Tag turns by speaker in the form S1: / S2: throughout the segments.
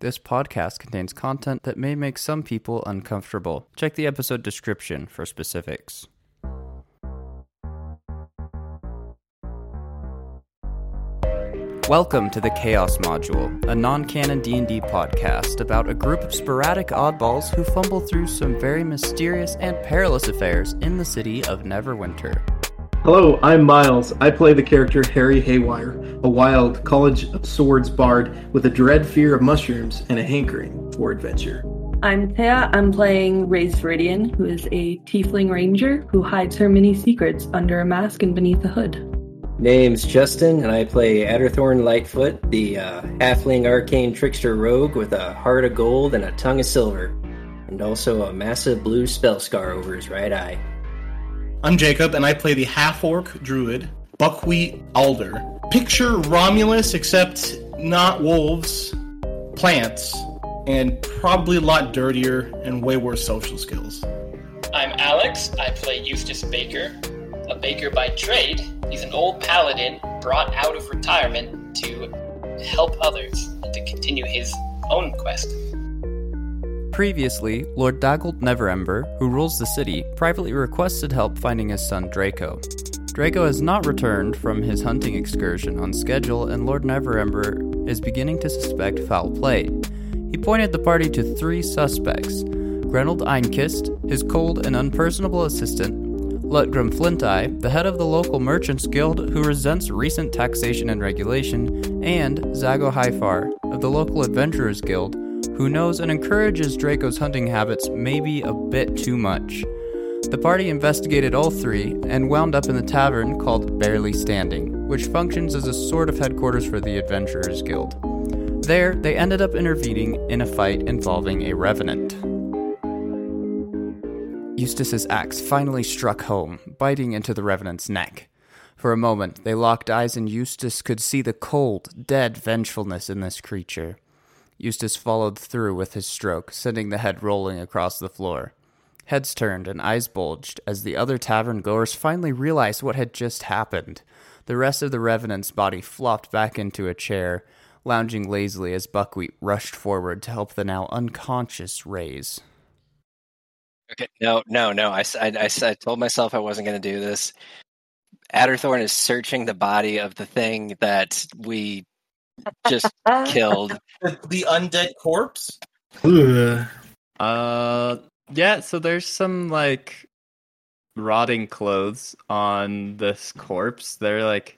S1: This podcast contains content that may make some people uncomfortable. Check the episode description for specifics. Welcome to the Chaos Module, a non-canon D&D podcast about a group of sporadic oddballs who fumble through some very mysterious and perilous affairs in the city of Neverwinter.
S2: Hello, I'm Miles. I play the character Harry Haywire, a wild College of Swords bard with a dread fear of mushrooms and a hankering for adventure.
S3: I'm Thea. I'm playing Raze Viridian, who is a tiefling ranger who hides her many secrets under a mask and beneath a hood.
S4: Name's Justin, and I play Adderthorn Lightfoot, the uh, halfling arcane trickster rogue with a heart of gold and a tongue of silver, and also a massive blue spell scar over his right eye.
S5: I'm Jacob, and I play the half orc druid, Buckwheat Alder. Picture Romulus, except not wolves, plants, and probably a lot dirtier and way worse social skills.
S6: I'm Alex. I play Eustace Baker, a baker by trade. He's an old paladin brought out of retirement to help others and to continue his own quest.
S1: Previously, Lord Daggled Neverember, who rules the city, privately requested help finding his son Draco. Draco has not returned from his hunting excursion on schedule, and Lord Neverember is beginning to suspect foul play. He pointed the party to three suspects Reynold Einkist, his cold and unpersonable assistant, Lutgrim Flinteye, the head of the local merchants guild who resents recent taxation and regulation, and Zago Haifar of the local adventurers guild who knows and encourages Draco's hunting habits maybe a bit too much. The party investigated all three and wound up in the tavern called Barely Standing, which functions as a sort of headquarters for the Adventurers Guild. There, they ended up intervening in a fight involving a revenant. Eustace's axe finally struck home, biting into the revenant's neck. For a moment, they locked eyes, and Eustace could see the cold, dead vengefulness in this creature. Eustace followed through with his stroke, sending the head rolling across the floor. Heads turned and eyes bulged as the other tavern goers finally realized what had just happened. The rest of the revenant's body flopped back into a chair, lounging lazily as Buckwheat rushed forward to help the now unconscious Raise.
S4: Okay.
S7: No, no, no. I, s- I- I s- I told myself I wasn't going to do this. Adderthorn is searching the body of the thing that we just killed.
S5: The undead corpse?
S1: Uh, yeah. So there's some like rotting clothes on this corpse. They're like,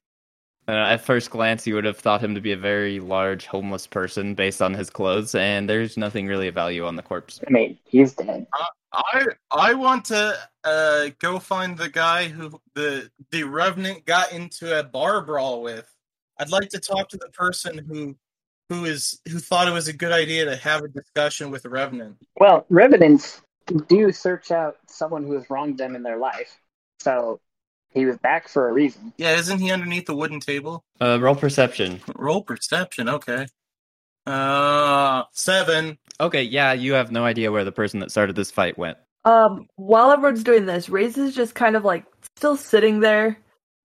S1: uh, at first glance, you would have thought him to be a very large homeless person based on his clothes, and there's nothing really of value on the corpse.
S8: I mean, he's dead.
S5: I I want to uh, go find the guy who the the revenant got into a bar brawl with. I'd like to talk to the person who who is who thought it was a good idea to have a discussion with the revenant.
S8: Well, revenants do search out someone who has wronged them in their life. So he was back for a reason.
S5: Yeah, isn't he underneath the wooden table?
S1: Uh, roll perception.
S5: Roll perception, okay. Uh, seven.
S1: Okay, yeah, you have no idea where the person that started this fight went.
S3: Um, while everyone's doing this, Raze is just kind of like still sitting there,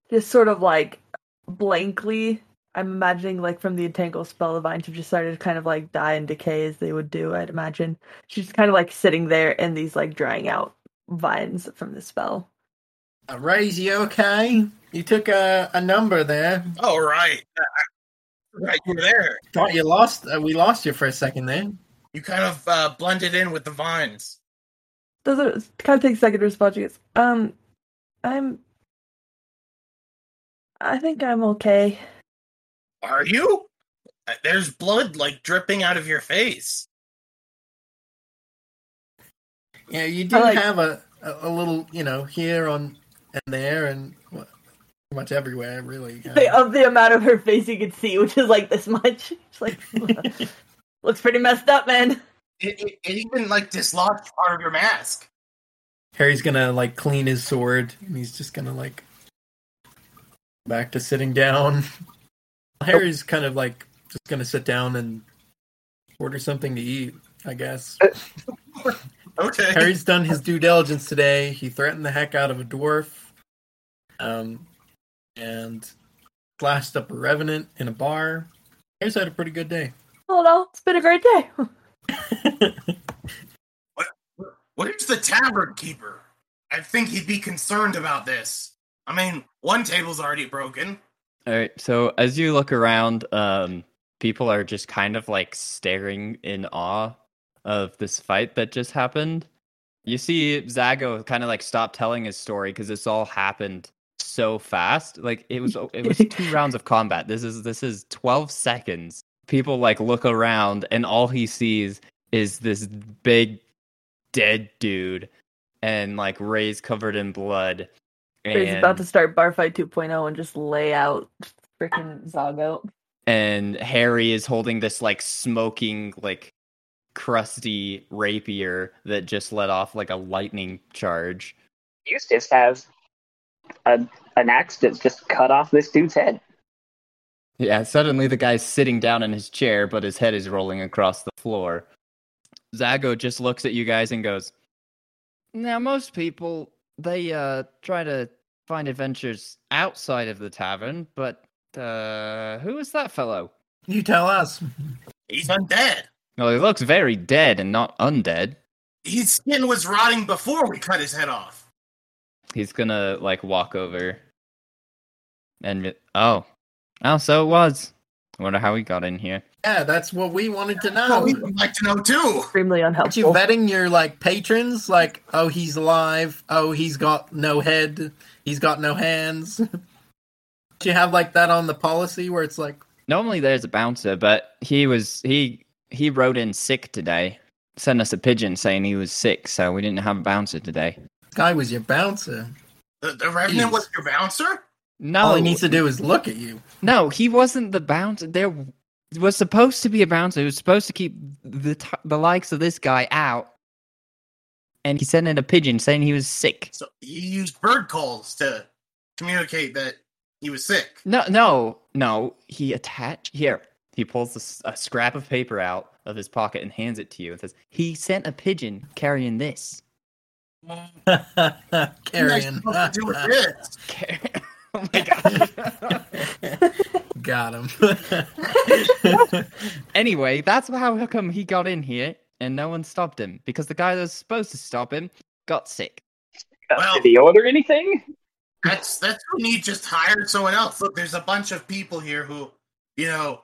S3: just sort of like blankly. I'm imagining like from the entangle spell, the vines have just started to kind of like die and decay as they would do. I'd imagine she's kind of like sitting there in these like drying out vines from the spell.
S9: Uh, Raise you okay? You took a, a number there.
S5: Oh, right. Right, you were there.
S9: Thought you lost. Uh, we lost you for a second there.
S5: You kind of uh, blended in with the vines.
S3: Those are kind of take a second to respond. She goes, um, I'm. I think I'm okay.
S5: Are you? Uh, There's blood like dripping out of your face.
S9: Yeah, you do
S3: like-
S9: have a, a a little, you know, here on and there and wha- pretty much everywhere, really. Uh,
S3: They of the amount of her face you could see, which is like this much. It's like looks pretty messed up, man.
S5: It, it, it even like dislodged part of your mask.
S9: Harry's gonna like clean his sword, and he's just gonna like back to sitting down. Harry's kind of like just gonna sit down and order something to eat, I guess.
S5: Okay.
S9: Harry's done his due diligence today. He threatened the heck out of a dwarf, um, and slashed up a revenant in a bar. Harry's had a pretty good day.
S3: all in all, it's been a great day.
S5: What is the tavern keeper? I think he'd be concerned about this. I mean, one table's already broken.
S10: All right. So as you look around, um, people are just kind of like staring in awe of this fight that just happened. You see Zago kind of like stop telling his story because this all happened so fast. Like it was oh, it was two rounds of combat. This is this is 12 seconds. People like look around and all he sees is this big dead dude and like Ray's covered in blood.
S3: He's about to start Bar Fight 2.0 and just lay out freaking Zago.
S10: and Harry is holding this like smoking like crusty rapier that just let off like a lightning charge.
S8: Eustace has a, an axe that's just cut off this dude's head.
S10: Yeah, suddenly the guy's sitting down in his chair, but his head is rolling across the floor. Zago just looks at you guys and goes, Now, most people, they uh, try to find adventures outside of the tavern, but uh, who is that fellow?
S9: You tell us.
S5: He's undead.
S10: Well, he looks very dead and not undead.
S5: His skin was rotting before we cut his head off.
S10: He's gonna like walk over and be- oh, oh, so it was. I wonder how he got in here.
S9: Yeah, that's what we wanted to know.
S5: Oh, we would like to know too.
S3: Extremely
S9: Aren't you
S3: unhelpful.
S9: vetting your like patrons? Like, oh, he's alive. Oh, he's got no head. He's got no hands. Do you have like that on the policy where it's like,
S10: Normally there's a bouncer, but he was he he rode in sick today. Sent us a pigeon saying he was sick, so we didn't have a bouncer today.
S9: this guy was your bouncer.
S5: The, the revenant was your bouncer?
S10: No,
S9: All he needs to do is look at you.
S10: no, he wasn't the bouncer. There was supposed to be a bouncer who was supposed to keep the t- the likes of this guy out, and he sent in a pigeon saying he was sick.
S5: So he used bird calls to communicate that he was sick.
S10: No, no, no. He attached here. He pulls a s- a, scrap of paper out of his pocket and hands it to you and says, "He sent a pigeon carrying this."
S9: Carrion.
S5: What am I supposed to do with this?
S10: Car- oh my god.
S9: got him.
S10: anyway, that's how come he got in here and no one stopped him because the guy that was supposed to stop him got sick.
S8: Uh,
S5: Well-
S8: did he order anything?
S5: That's that's when you just hired someone else. Look, there's a bunch of people here who, you know,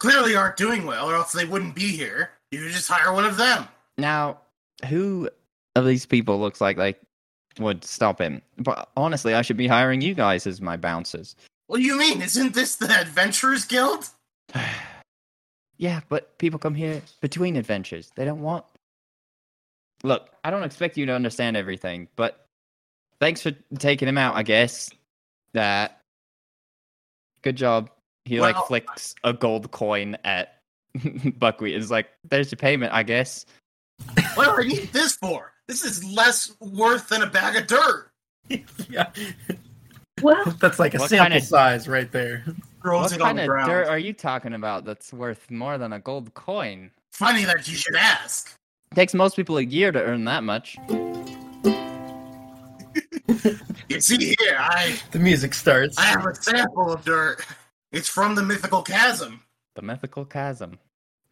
S5: clearly aren't doing well, or else they wouldn't be here. You just hire one of them.
S10: Now, who of these people looks like they would stop him? But honestly, I should be hiring you guys as my bouncers.
S5: What do you mean? Isn't this the Adventurers Guild?
S10: yeah, but people come here between adventures. They don't want. Look, I don't expect you to understand everything, but thanks for taking him out. I guess that. Good job. He
S5: Well-
S10: like flicks a gold coin at Buckwheat. and Is like, there's your payment. I guess.
S5: What do I need this for? This is less worth than a bag of dirt.
S9: yeah.
S3: Well,
S9: That's like a
S10: What
S9: sample
S10: kinda-
S9: size right there.
S5: Throws
S10: what
S5: it on
S10: kind
S5: the
S10: of
S5: ground.
S10: dirt are you talking about? That's worth more than a gold coin.
S5: Funny that you should ask.
S10: Takes most people a year to earn that much.
S5: You see here, I
S9: The music starts.
S5: I have a sample of dirt. It's from the mythical chasm.
S10: The mythical chasm.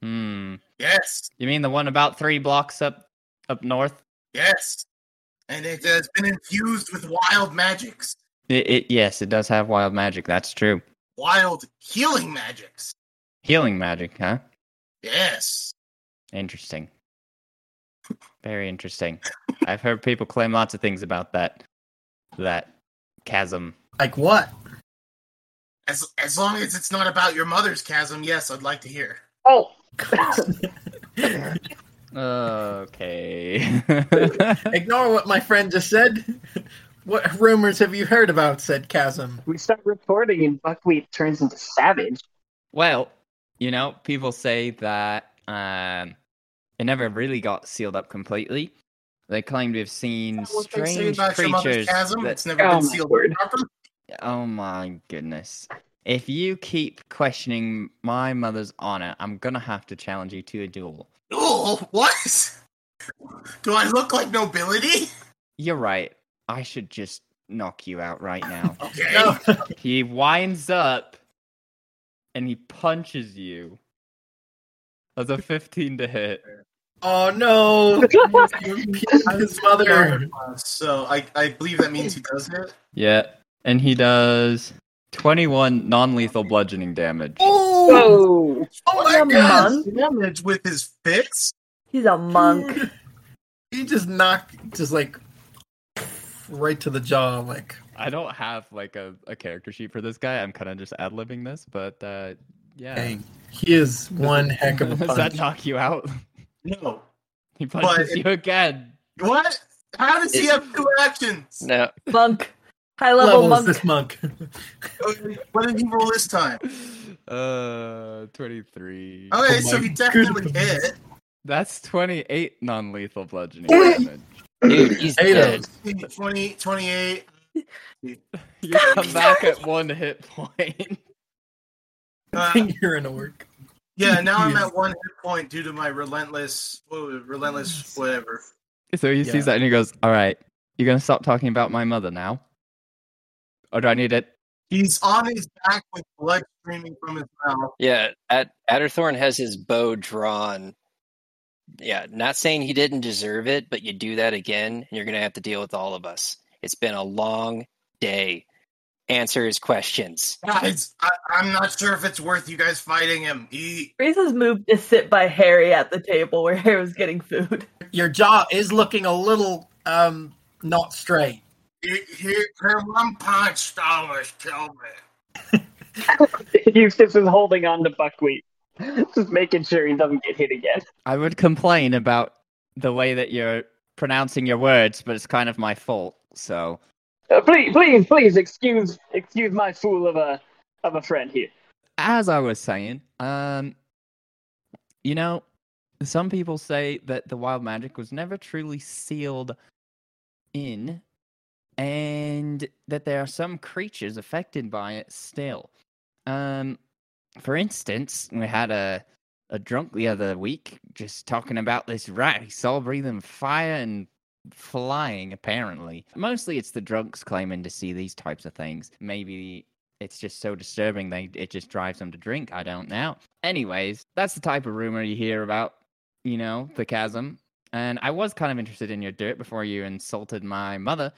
S10: Hmm.
S5: Yes,
S10: You mean the one about three blocks up up north?
S5: yes. And it has been infused with wild magics,
S10: It, it yes, it does have wild magic. That's true.
S5: wild healing magics.
S10: Healing magic, huh?
S5: Yes.
S10: Interesting. Very interesting. I've heard people claim lots of things about that that chasm.
S9: Like what?
S5: As as long as it's not about your mother's chasm, yes, I'd like to hear.
S8: Oh,
S10: Okay.
S9: Ignore what my friend just said. What rumors have you heard about? Said Chasm.
S8: we start recording and Buckwheat turns into Savage.
S10: well, you know, people say that um it never really got sealed up completely. They claim to have seen
S5: What they say
S10: strange
S5: about your mother's
S10: creatures.
S5: chasm,
S10: that-
S5: it's never
S8: Oh,
S5: been
S8: my
S5: sealed
S8: word.
S5: properly.
S10: Oh my goodness. If you keep questioning my mother's honor, I'm gonna have to challenge you to a duel.
S5: Oh, what? Do I look like nobility?
S10: You're right. I should just knock you out right now.
S5: Okay.
S9: No.
S10: he winds up and he punches you. That's a 15 to hit.
S9: Oh no! You peeled his mother.
S5: So I, I believe that means he does hit.
S10: Yeah. And he does 21 non lethal bludgeoning damage.
S9: Oh,
S8: Whoa!
S9: oh
S3: He's a
S9: my god!
S3: monk.
S5: Damage with his fist.
S3: He's a monk.
S9: Dude. He just knocked, just like right to the jaw. Like
S10: I don't have like a, a character sheet for this guy. I'm kind of just ad libbing this, but uh, yeah.
S9: dang, he is one heck of a
S10: Does that
S9: punch.
S10: knock you out?
S5: No.
S10: He punches you again.
S5: What? How does he have two actions?
S7: No,
S3: Monk. High level
S9: Levels
S3: monk.
S9: this monk.
S5: What did he roll this time?
S10: Uh, 23.
S5: Okay,
S9: Oh
S5: so
S9: my
S5: he definitely
S9: goodness.
S5: hit.
S10: That's 28 non lethal bludgeoning damage.
S7: dude, he's dead.
S9: Potatoes.
S5: 20, 28.
S10: You come back at one hit point.
S5: Uh,
S9: You're an orc.
S5: yeah, now I'm
S9: Yes.
S5: at one hit point due to my relentless, whoa, relentless whatever.
S10: So he
S9: Yeah.
S10: sees that and he goes, All right, you're going to stop talking about my mother now? Or do I need it?
S5: He's on his back with blood streaming from his mouth.
S7: Yeah, Ad- Adderthorn has his bow drawn. Yeah, not saying he didn't deserve it, but you do that again, and you're going to have to deal with all of us. It's been a long day. Answer his questions.
S5: Guys, I, I'm not sure if it's worth you guys fighting him. He,
S3: Reese's moved to sit by Harry at the table where Harry was getting food.
S9: Your jaw is looking a little um not straight.
S5: he, he, her one punch almost killed me.
S8: Eustace is holding on to buckwheat, just making sure he doesn't get hit again.
S10: I would complain about the way that you're pronouncing your words, but it's kind of my fault. So
S8: Uh, please, please, please excuse excuse my fool of a of a friend here.
S10: as I was saying, um, you know, some people say that the wild magic was never truly sealed in, and that there are some creatures affected by it still. Um, for instance, we had a a drunk the other week just talking about this rat he saw breathing fire and flying apparently mostly it's the drunks claiming to see these types of things maybe it's just so disturbing they it just drives them to drink i don't know anyways that's the type of rumor you hear about you know the chasm and i was kind of interested in your dirt before you insulted my mother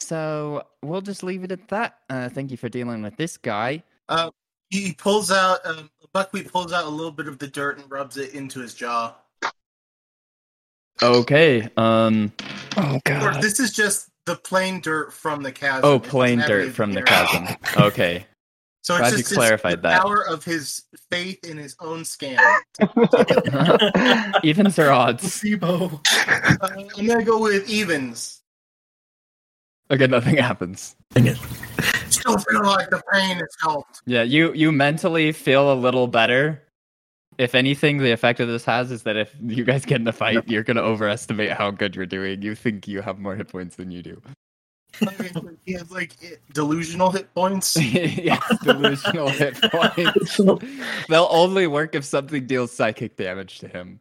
S10: so we'll just leave it at that uh, thank you for dealing with this guy
S5: Uh, He pulls out, um, Buckwheat pulls out a little bit of the dirt and rubs it into his jaw.
S10: okay um
S7: Oh,
S5: Or this is just the plain dirt from the chasm.
S10: oh
S5: It doesn't
S10: plain
S5: have
S10: dirt
S5: any
S10: from the
S5: dirt.
S10: chasm okay
S5: So it's
S10: Glad you
S5: just his-
S10: clarified
S5: the
S10: that.
S5: power of his faith in his own scam.
S10: evens or odds
S9: Placebo.
S5: Uh, I'm gonna go with evens.
S10: okay nothing happens
S5: Still feel like the pain has helped.
S10: Yeah, you you mentally feel a little better. If anything, the effect of this has is that if you guys get in a fight, you're gonna overestimate how good you're doing. You think you have more hit points than you do.
S5: he has like delusional hit points.
S10: yes, delusional hit points. They'll only work if something deals psychic damage to him.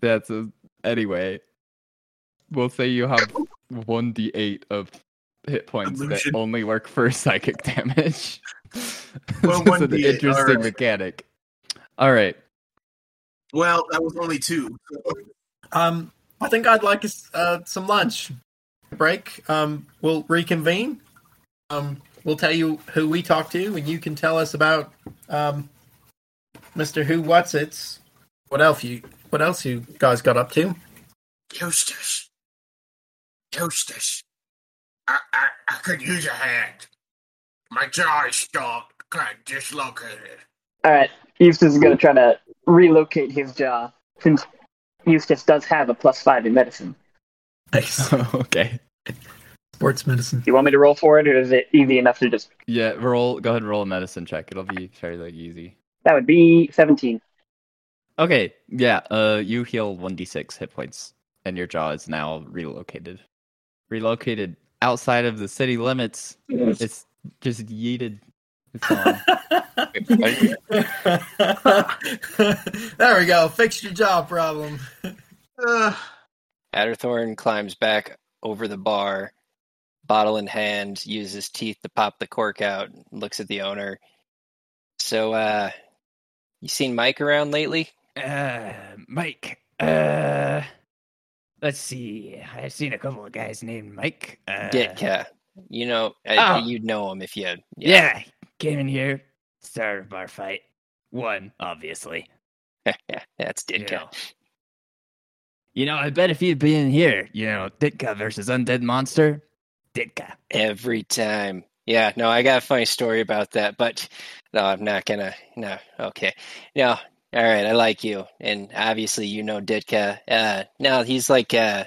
S10: That's a, anyway. We'll say you have one d8 of hit points
S5: Delusion.
S10: that only work for psychic damage. this
S5: Well,
S10: is an
S5: 1d8,
S10: interesting
S5: alright.
S10: mechanic. All right.
S5: Well, that was only two.
S9: Um, I think I'd like uh, some lunch break. Um, we'll reconvene. Um, we'll tell you who we talked to, and you can tell us about um, Mister Who What's It's. What else you What else you guys got up to?
S5: Eustace, Eustace, I, I I could use a hand. My jaw is stuck, kind of dislocated.
S8: All right, Eustace is going to try to relocate his jaw since Eustace does have a plus five in medicine.
S9: Nice
S10: okay.
S9: sports medicine.
S8: Do you want me to roll for it, or is it easy enough to just?
S10: Yeah, roll go ahead and roll a medicine check. It'll be fairly easy.
S8: That would be seventeen.
S10: Okay, yeah, uh you heal 1d6 hit points and your jaw is now relocated. Relocated outside of the city limits. It's just yeeted. It's gone.
S9: there we go. Fixed your jaw problem.
S5: Uh,
S7: Adderthorn climbs back over the bar, bottle in hand, uses teeth to pop the cork out, looks at the owner. So, uh, You seen Mike around lately?
S11: Uh, Mike. Uh, let's see. I've seen a couple of guys named Mike. Uh,
S7: Ditka. You know, I,
S11: Oh.
S7: you'd know him if you had.
S11: Yeah. came in here, started a bar fight. One, obviously.
S7: That's Ditka.
S11: Yeah. You know, I bet if you'd been in here, you know, Ditka versus Undead Monster, Ditka.
S7: Every time. Yeah, no, I got a funny story about that, but no, I'm not gonna. No, okay. No, all right, I like you. And obviously, you know Ditka. Uh, no, he's like uh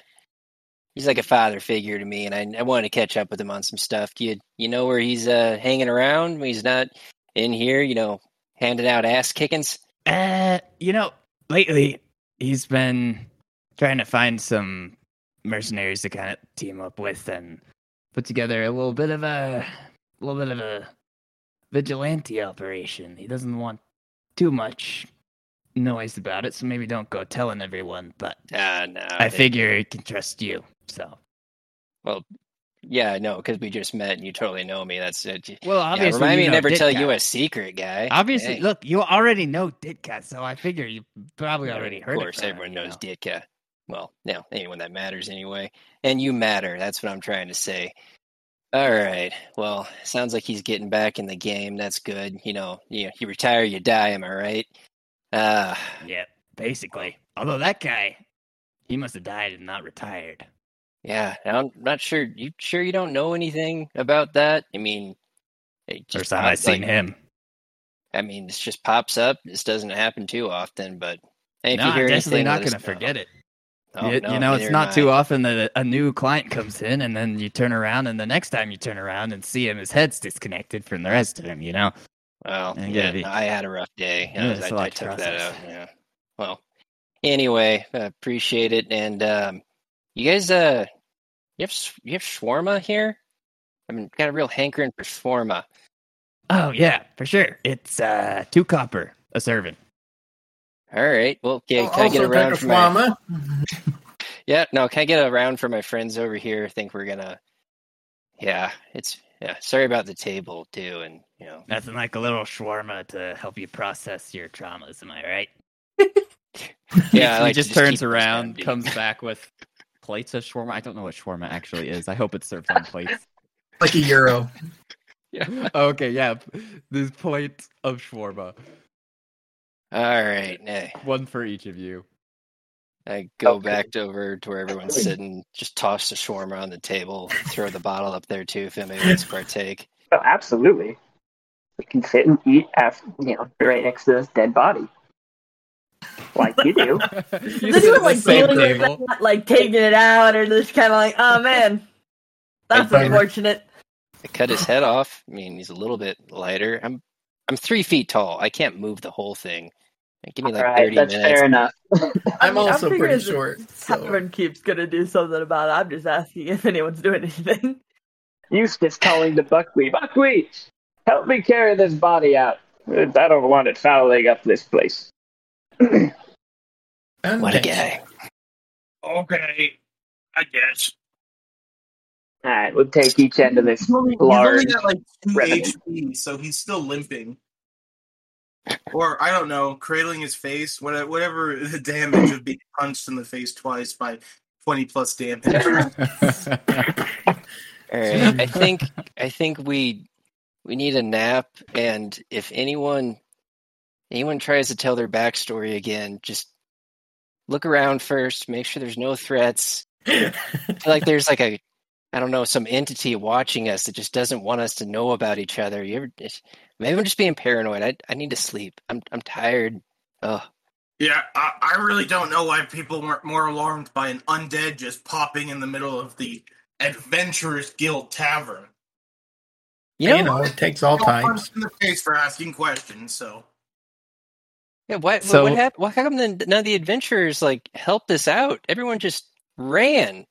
S7: he's like a father figure to me, and I, I wanted to catch up with him on some stuff. Do You, you know where he's uh, hanging around when he's not in here, you know, handing out ass kickings?
S11: Uh, you know, lately he's been trying to find some mercenaries to kind of team up with and put together a little bit of a, little bit of a vigilante operation. He doesn't want too much noise about it, so maybe don't go telling everyone. But
S7: Uh, no.
S11: I
S7: they-
S11: figure he can trust you, so.
S7: Well, yeah, no, because we just met and you totally know me. That's it.
S11: Well,
S7: yeah,
S11: obviously,
S7: remind me
S11: you
S7: to
S11: know
S7: never tell
S11: Ditka.
S7: you a secret, guy.
S11: Obviously,
S7: Hey.
S11: look, you already know Ditka, so I figure you probably already heard
S7: Of
S11: it
S7: course,
S11: from him,
S7: everyone
S11: you
S7: knows
S11: know.
S7: Ditka. Well, no, anyone that matters anyway. And you matter. That's what I'm trying to say. All right. Well, sounds like he's getting back in the game. That's good. You know, you, you retire, you die. Am I right? Uh,
S11: Yeah, basically. Although that guy, he must have died and not retired.
S7: yeah. I'm not sure. You sure you don't know anything about that? I mean, it just
S11: First time I've
S7: popped,
S11: seen
S7: like-
S11: him.
S7: I mean, this just pops up. This doesn't happen too often, but hey, if
S11: No,
S7: you hear
S11: I'm definitely
S7: anything,
S11: not
S7: let us
S11: going to
S7: know.
S11: forget it.
S7: Oh,
S11: you,
S7: no,
S11: you know, it's
S7: neither
S11: not
S7: am
S11: too
S7: I.
S11: often that a, a new client comes in and then you turn around, and the next time you turn around and see him, his head's disconnected from the rest of him, you know?
S7: Well,
S11: I think
S7: yeah,
S11: that'd be-
S7: no, I had a rough day.
S11: Yeah,
S7: I, was-
S11: it's a
S7: I-
S11: lot
S7: I
S11: to
S7: took that out.
S11: process.
S7: Yeah. Well, anyway, I appreciate it. And um, you guys, uh, you have s- you have shawarma here. I mean, got a real hankering for shawarma.
S11: Oh, yeah, for sure. It's uh, two copper, a serving.
S7: All right. Well, yeah,
S9: I'll
S7: can I get
S9: Oh, also take
S7: around
S9: a
S7: for my?
S9: shawarma.
S7: Yeah, no, can I get a round for my friends over here? I think we're gonna. Yeah, it's yeah. Sorry about the table too, and you know.
S11: Nothing like a little shawarma to help you process your traumas, am I right?
S7: Yeah, I
S10: he
S7: like to
S10: just,
S7: keep
S10: turns
S7: things down,
S10: around,
S7: dude.
S10: comes back with plates of shawarma. I don't know what shawarma actually is. I hope it's served on plates.
S9: Like a euro.
S10: okay, yeah, there's plates of shawarma,
S7: All right. eh.
S10: one for each of you.
S7: I go
S8: Okay.
S7: back to over to where everyone's sitting, just toss the shawarma on the table, throw the bottle up there too if anybody wants to partake.
S8: Oh, absolutely. We can sit and eat after, you know, right next to this dead body. Like you do.
S10: you
S3: This
S10: sit
S3: was
S10: at the
S3: like
S10: same
S3: dealing with
S10: table.
S3: that, like taking it out, or just kind of like, oh man, that's
S9: Hey, Tiger.
S3: unfortunate.
S7: I cut his head off. I mean, he's a little bit lighter. I'm I'm three feet tall. I can't move the whole thing. Like, Give me like
S8: All right,
S7: thirty
S8: that's
S7: minutes.
S8: fair enough.
S9: I'm also
S3: figuring
S9: pretty
S3: it's a
S9: short, so-
S3: Tavern keeps gonna do something about it. I'm just asking if anyone's doing anything.
S8: Eustace calling to Buckwheat. Buckwheat, help me carry this body out. I don't want it fouling up this place.
S9: And
S7: What a
S9: thanks.
S7: guy!
S5: Okay, I guess.
S8: All right, we'll take each end of this.
S5: He's only, he's
S8: Large
S5: only got like two
S8: remnant.
S5: HP, so he's still limping. Or I don't know, cradling his face, whatever, whatever the damage of being punched in the face twice by twenty plus damage.
S7: All right, I think I think we we need a nap. And if anyone anyone tries to tell their backstory again, just look around first, make sure there's no threats. I feel like there's like a I don't know some entity watching us that just doesn't want us to know about each other. You ever, it's- maybe I'm just being paranoid. I I need to sleep. I'm I'm tired. Oh,
S5: Yeah, I, I really don't know why people weren't more alarmed by an undead just popping in the middle of the Adventurers Guild Tavern.
S7: you know,
S9: you know, it takes all
S5: Got
S9: types.
S5: punched in the face for asking questions. So
S7: yeah, what
S10: So-
S7: what happened? Why come then none of the adventurers like helped us out? Everyone just ran.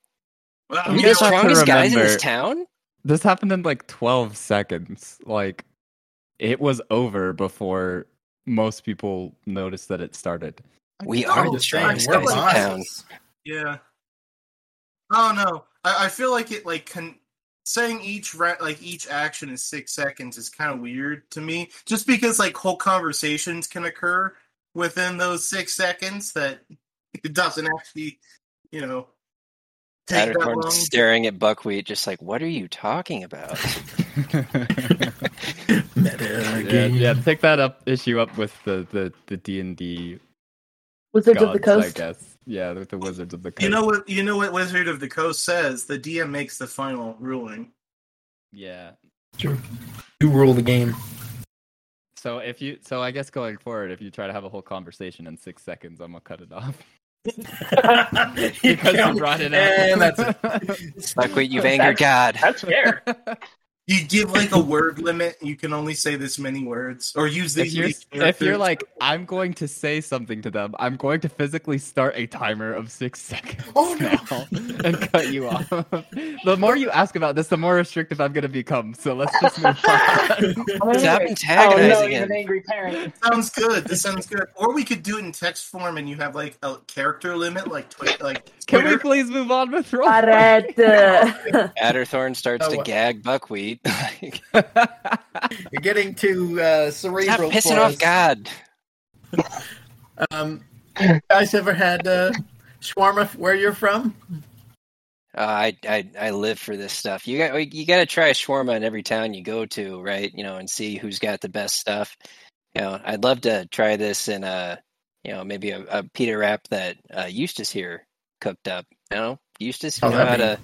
S5: well,
S7: Are we
S10: You
S7: the
S10: just have to
S7: strongest guys in this
S10: remember-
S7: town?
S10: this happened in like 12 seconds. Like, it was over before most people noticed that it started.
S7: We
S5: Oh,
S7: are the
S5: just
S7: strongest
S5: saying,
S7: guys
S5: we're
S7: in town.
S5: Yeah. Oh no, I, I feel like it like con- saying each ra- like each action is six seconds is kind of weird to me, just because like whole conversations can occur within those six seconds that it doesn't actually, you know, take that
S7: Adderthorn
S5: long.
S7: staring at Buckwheat, just like, what are you talking about?
S9: Meta
S10: yeah, yeah, pick that up issue up with the the the D and D
S3: Wizards of the
S10: I
S3: Coast.
S10: guess. Yeah, with the Wizards of the Coast.
S5: You know what? You know what Wizard of the Coast says. The DM makes the final ruling.
S10: Yeah.
S9: Sure. You rule the game.
S10: So if you, so I guess going forward, if you try to have a whole conversation in six seconds, I'm gonna cut it off because you brought it up.
S9: And that's it.
S7: Buckwheat, you've angered God.
S8: That's fair.
S5: You give like a word limit. You can only say this many words, or use
S10: If
S5: these.
S10: you're,
S5: these
S10: if you're
S5: characters.
S10: like, I'm going to say something to them, I'm going to physically start a timer of six seconds
S9: Oh, no.
S10: now and cut you off. the more you ask about this, the more restrictive I'm gonna become. So let's just move on.
S7: Stop
S8: Oh
S7: antagonizing
S8: no, he's
S7: him.
S8: an angry parent.
S5: sounds good. This sounds good. Or we could do it in text form, and you have like a character limit, like twi- like.
S10: Can we
S5: Twitter.
S10: please move on with roll?
S3: Arrête.
S7: Adderthorn starts
S9: Oh,
S7: to
S9: what-
S7: gag Buckwheat. like,
S9: You're getting to uh,
S7: Stop
S9: cerebral.
S7: pissing
S9: for
S7: off
S9: us.
S7: God.
S9: Um, you guys ever had uh, shawarma where you're from?
S7: Uh, I, I I live for this stuff. You got you got to try a shawarma in every town you go to, right? You know, and see who's got the best stuff. You know, I'd love to try this in a you know maybe a, a pita wrap that uh, Eustace here cooked up. You know, Eustace, you
S9: Oh,
S7: know how
S9: that'd
S7: to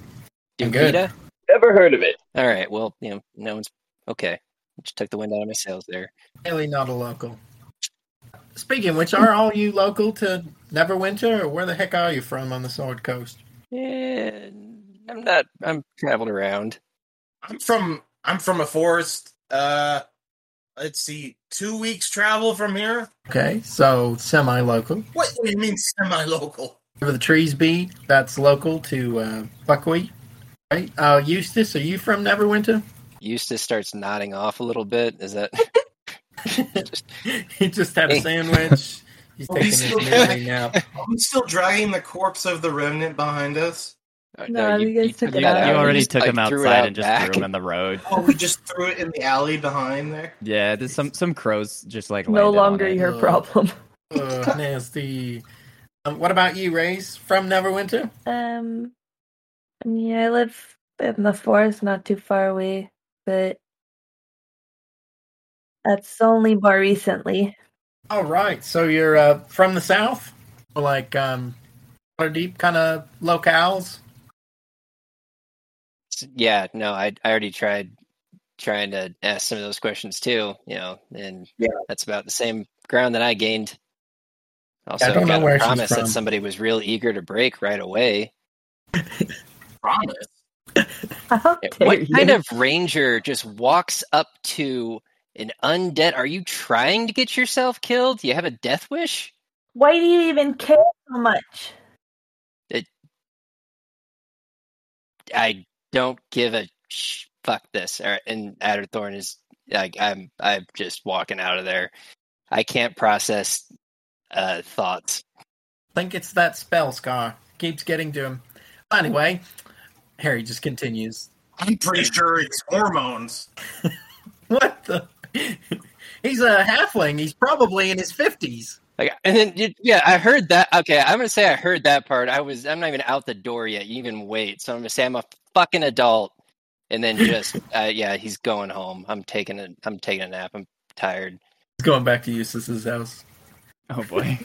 S7: do
S9: be good.
S7: pita.
S8: Never heard of it.
S7: All right, well, you know, no one's okay. Just took the wind out of my sails there.
S9: Really not a local. Speaking of which, are all you local to Neverwinter, or where the heck are you from on the Sword Coast?
S7: Yeah, I'm not. I'm traveled around.
S5: I'm from I'm from a forest. Uh, let's see, two weeks travel from here.
S9: Okay, so semi-local.
S5: What do you mean semi-local?
S9: Where the trees be, that's local to uh, Buckwheat. Right? Uh, Eustace, are you from Neverwinter?
S7: Eustace starts nodding off a little bit. Is that
S9: he just had a sandwich. He's
S5: Well, he's
S9: taking his
S5: still-
S9: midday nap.
S5: Are we still dragging the corpse of the remnant behind us?
S7: Uh,
S3: No, you guys took
S7: threw
S11: You,
S3: it
S7: that
S3: out.
S7: out.
S11: you already
S7: just,
S11: took
S7: like,
S11: him
S7: threw it
S11: outside
S7: out
S11: and just
S7: back.
S11: threw him in the road.
S5: Oh, we just threw it in the alley behind there.
S11: Yeah, there's some some crows just like
S3: no
S11: landed on
S3: longer
S11: it.
S3: your problem.
S9: Ugh, nasty. Uh, Um, what about you, Ray's from Neverwinter?
S3: Um, I mean, I live in the forest, not too far away, but that's only more recently.
S9: All right, so you're uh, from the south, like um, water deep kind of locales.
S7: Yeah, no, I I already tried trying to ask some of those questions too. You know, and
S4: Yeah.
S7: that's about the same ground that I gained. Also,
S9: don't know
S7: got
S9: where
S7: a
S9: she's
S7: promise that
S9: from.
S7: somebody was real eager to break right away.
S5: Promise.
S3: How
S7: Yeah,
S3: dare
S7: What
S3: you?
S7: kind of ranger just walks up to an undead? Are you trying to get yourself killed? Do you have a death wish?
S3: Why do you even care so much?
S7: I don't give a sh- fuck this. All right, and Adderthorn is like I'm I'm just walking out of there. I can't process uh thoughts.
S9: think it's that spell scar keeps getting to him. Anyway, Harry just continues.
S5: I'm pretty sure it's hormones.
S9: What the? He's a halfling. He's probably in his fifties.
S7: Like and then you- yeah, I heard that. Okay, I'm gonna say I heard that part. I was I'm not even out the door yet. You even wait. So I'm gonna say I'm a fucking adult. And then just uh, yeah, he's going home. I'm taking a I'm taking a nap. I'm tired.
S9: He's going back to Eustace's house.
S10: Oh boy.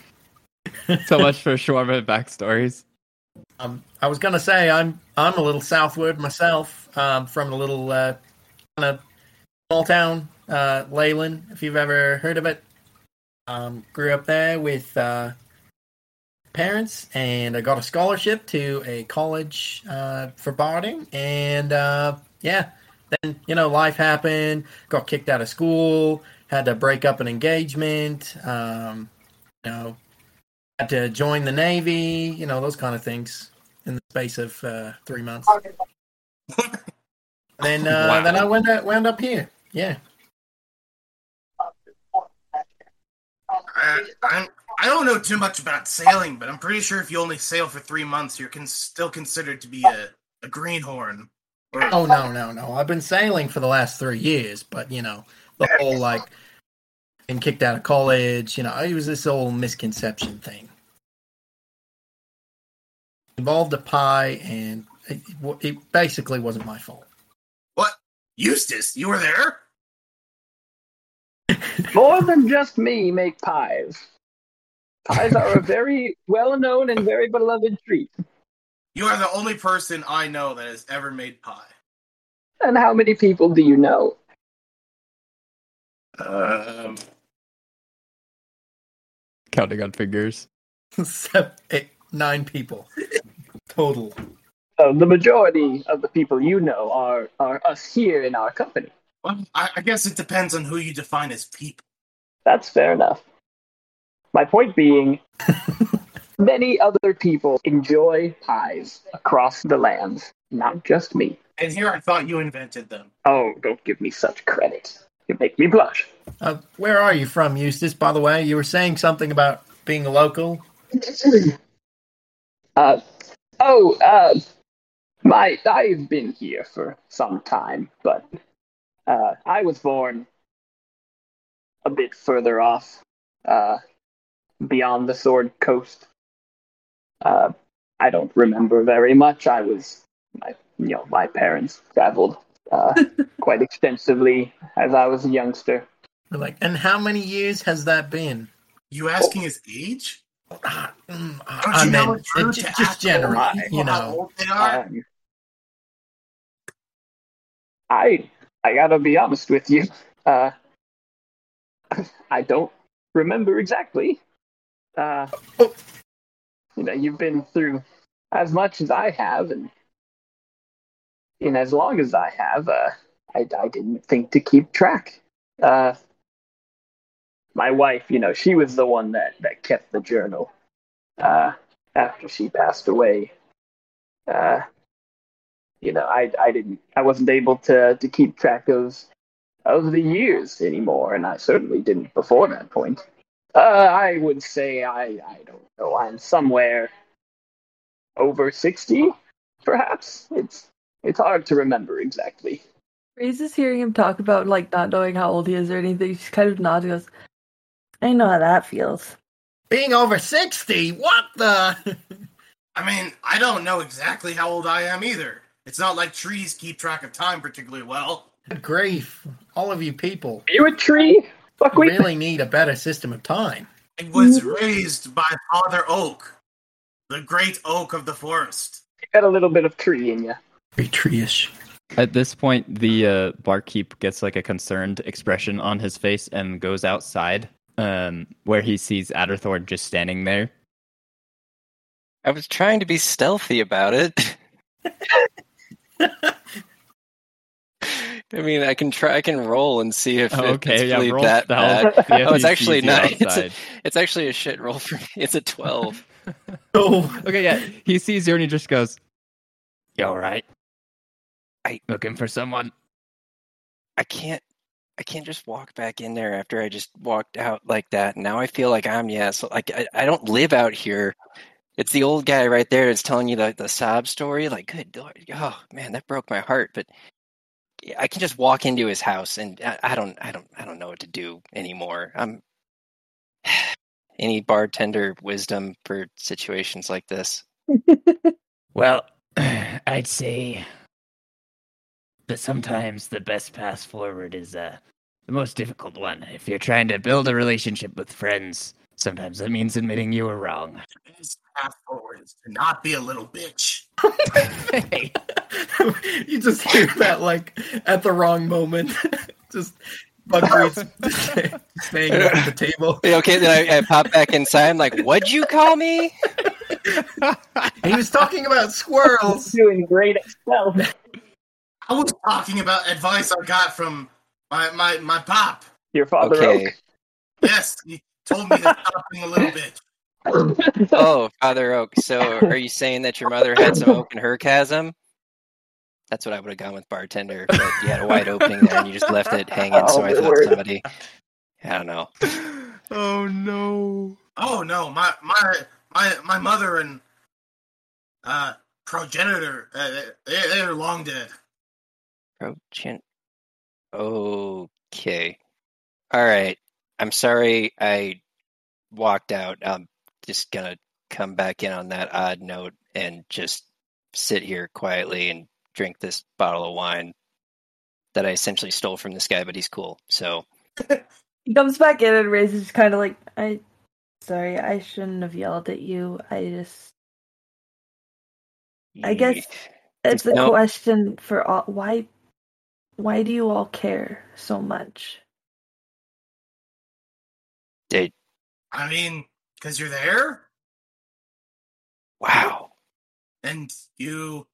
S10: so much for shawarma backstories.
S9: Um, I was gonna say I'm I'm a little southward myself. Um, from a little uh, kind of small town, uh, Leyland, if you've ever heard of it. Um, grew up there with uh, parents, and I got a scholarship to a college uh, for barding, and uh, yeah, then you know life happened. Got kicked out of school. Had to break up an engagement. Um, you know, had to join the navy. You know those kind of things in the space of uh, three months. then, uh,
S11: Wow.
S9: then I wound up, wound up here. Yeah.
S5: I, I'm I don't know too much about sailing, but I'm pretty sure if you only sail for three months, you're con- still considered to be a, a greenhorn.
S9: Oh no, no, no! I've been sailing for the last three years, but you know the whole like been kicked out of college. You know, it was this whole misconception thing. Involved a pie, and it, it basically wasn't my fault.
S5: What, Eustace? You were there?
S8: More than just me make pies. Pies are a very well known and very beloved treat.
S5: You are the only person I know that has ever made pie.
S8: And how many people do you know?
S5: Um,
S10: Counting on fingers.
S9: Seven, eight, nine people total.
S8: So Oh, the majority of the people you know are, are us here in our company.
S5: well, I, I guess it depends on who you define as people.
S8: That's fair enough. My point being, many other people enjoy pies across the lands, not just me.
S5: And here I thought you invented them.
S8: Oh, don't give me such credit. You make me blush.
S9: Uh, where are you from, Eustace? By the way, you were saying something about being a local.
S8: Uh, oh, uh, my, I've been here for some time, but uh, I was born a bit further off, uh, beyond the Sword Coast. Uh, I don't remember very much. I was, my, you know, my parents traveled uh, quite extensively as I was a youngster.
S9: We're like, and how many years has that been?
S5: You asking his age?
S9: Ah, mm, ah,
S5: Don't
S9: I
S5: you know
S9: meant,
S5: it, Drew,
S9: uh,
S5: to
S9: ju-
S5: ask
S9: just generally,
S8: old
S9: you
S5: people how
S9: know.
S5: old they are?
S8: Um, I I gotta be honest with you. Uh, I don't remember exactly. Uh, you know, you've been through as much as I have, and in as long as I have, uh, I I didn't think to keep track. Uh, my wife, you know, she was the one that that kept the journal. Uh, after she passed away, uh, you know, I I didn't I wasn't able to to keep track of of the years anymore, and I certainly didn't before that point. Uh, I would say I I don't know. I'm somewhere over sixty, perhaps. It's it's hard to remember exactly.
S3: Ray's just hearing him talk about like not knowing how old he is or anything. She kind of nods and goes, I know how that feels.
S9: Being over 60? What the?
S5: I mean, I don't know exactly how old I am either. It's not like trees keep track of time particularly well.
S9: Good grief. All of you people
S8: Are you a tree?
S9: you
S8: Buckwheat?
S9: really need a better system of time.
S5: I
S8: Mm.
S9: Mm-hmm.
S5: was raised by Father Oak, the great oak of the forest.
S8: You got a little bit of tree in you.
S9: Very tree-ish.
S10: At this point, the uh, barkeep gets like a concerned expression on his face and goes outside, um, where he sees Adderthorn just standing there.
S7: I was trying to be stealthy about it. I mean, I can try. I can roll and see if
S10: Oh,
S7: it-
S10: okay,
S7: it's
S10: yeah,
S7: really
S10: roll
S7: that bad.
S10: stealth. See if
S7: oh,
S10: he
S7: it's
S10: sees
S7: actually
S10: you
S7: not. It's a,
S10: E outside.
S7: it's actually a shit roll for me. It's a twelve.
S9: Oh,
S10: Okay, yeah, he sees you and he just goes,
S11: You all right? I looking for someone.
S7: I can't. I can't just walk back in there after I just walked out like that. Now I feel like I'm yeah. So like I, I don't live out here. It's the old guy right there that's telling you the, the sob story. Like good lord, oh man, that broke my heart. But yeah, I can just walk into his house and I, I don't I don't I don't know what to do anymore. I'm any bartender wisdom for situations like this.
S11: Well, I'd say that sometimes the best path forward is uh, the most difficult one. If you're trying to build a relationship with friends, sometimes that means admitting you were wrong.
S5: The best path forward is to not be a little bitch.
S9: you just hear that like at the wrong moment. just buckwheat's just staying at the table.
S7: Okay, then I, I pop back inside. I'm like, what'd you call me?
S9: He was talking about squirrels.
S8: Doing great at stealth.
S5: I was talking about advice I got from my, my, my pop.
S8: Your father
S7: Okay.
S8: oak.
S5: Yes, he told me to stop being a little bitch.
S7: Oh, Father Oak. So are you saying that your mother had some oak in her chasm? That's what I would have gone with bartender, but you had a wide opening there and you just left it hanging. so
S8: Oh,
S7: I thought
S8: Lord.
S7: somebody, I don't know.
S10: "Oh no!"
S5: Oh no, my my my my mother and uh progenitor uh, they they're long dead.
S7: Approachant. Okay. All right. I'm sorry I walked out. I'm just going to come back in on that odd note and just sit here quietly and drink this bottle of wine that I essentially stole from this guy, but he's cool. So,
S3: He comes back in and Ray's is kind of like, I, sorry, I shouldn't have yelled at you. I just, I guess it's a
S7: No.
S3: question for all. Why, why do you all care so much?
S7: Did,
S5: I mean, because you're there
S7: wow.
S5: and you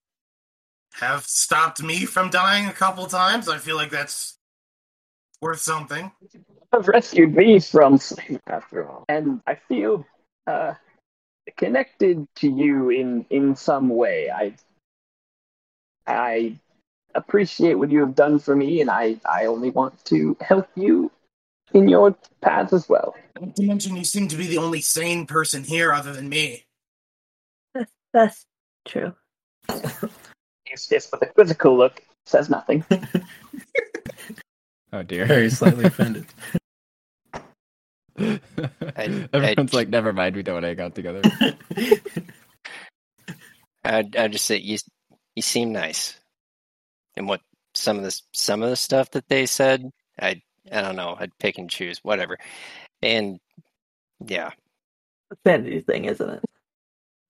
S5: have stopped me from dying a couple times. I feel like that's worth something.
S8: have rescued me from slavery after all. And I feel uh, connected to you in, in some way. I I appreciate what you have done for me, and I, I only want to help you in your path as well.
S5: Not to mention, you seem to be the only sane person here other than me.
S3: That's, that's true.
S8: Eustace, with a quizzical look, says nothing.
S10: Oh dear.
S9: Harry's slightly offended.
S10: Everyone's like, never mind. We don't want to hang out together.
S7: I I just say you you seem nice, and what some of this some of the stuff that they said, I I don't know. I'd pick and choose, whatever. And yeah,
S3: The sanity thing, isn't it?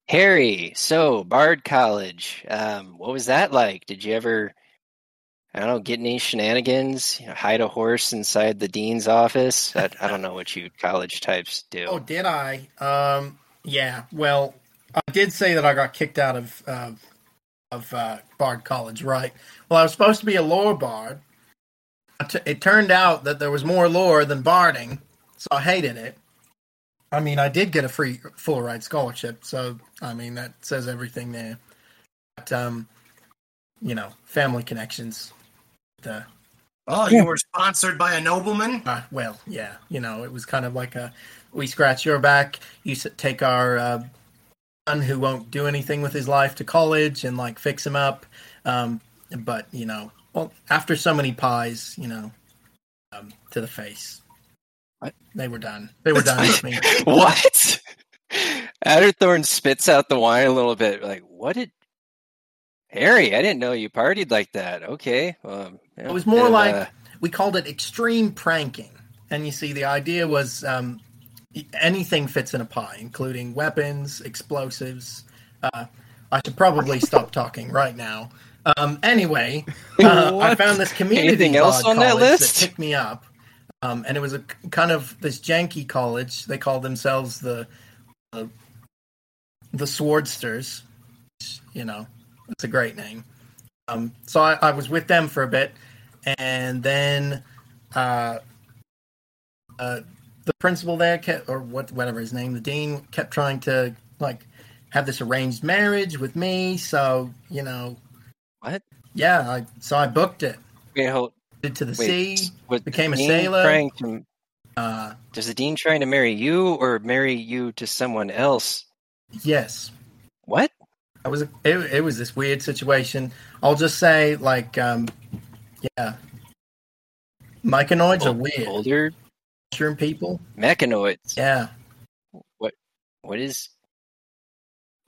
S7: Harry. So Bard College, um, what was that like? Did you ever? I don't know, get any shenanigans, you know, hide a horse inside the dean's office. I, I don't know what you college types do.
S9: Oh, did I? Um, yeah. Well, I did say that I got kicked out of of, of uh, Bard College, right? Well, I was supposed to be a lore bard. It tu- It turned out that there was more lore than barding, so I hated it. I mean, I did get a free full ride scholarship, so I mean that says everything there. But um, you know, family connections. The
S5: Oh, you were sponsored by a nobleman?
S9: uh, well, yeah, you know, it was kind of like a we scratch your back, you s- take our uh, son who won't do anything with his life to college and like fix him up. Um, but you know, well, after so many pies, you know, um, to the face,
S7: What?
S9: they were done. They were done with me.
S7: what? Adderthorn spits out the wine a little bit. Like, what did Harry? I didn't know you partied like that. Okay, um,
S9: It was more
S7: uh,
S9: like we called it extreme pranking. And you see, the idea was um, anything fits in a pie, including weapons, explosives. Uh, I should probably stop talking right now. Um, anyway, uh, I
S7: What?
S9: found this community
S7: Anything else
S9: lodge
S7: on that
S9: college
S7: list?
S9: that picked me up. Um, and it was a k- kind of this janky college. They called themselves the the, the Swordsters. which, You know, it's a great name. Um, so I, I was with them for a bit, and then uh, uh, the principal there kept, or what, whatever his name, the dean kept trying to like have this arranged marriage with me. So you know,
S7: What?
S9: Yeah, I, so I booked it.
S7: wait, hold,
S9: Did it to the
S7: wait,
S9: sea.
S7: was the
S9: became a
S7: dean
S9: sailor.
S7: trying to-
S9: Uh,
S7: does the dean trying to marry you or marry you to someone else?
S9: yes,
S7: What?
S9: I was. It, it was this weird situation. I'll just say, like, um, yeah, myconoids are weird.
S7: Older
S9: Mushroom people.
S7: mechanoids.
S9: Yeah.
S7: What? What is?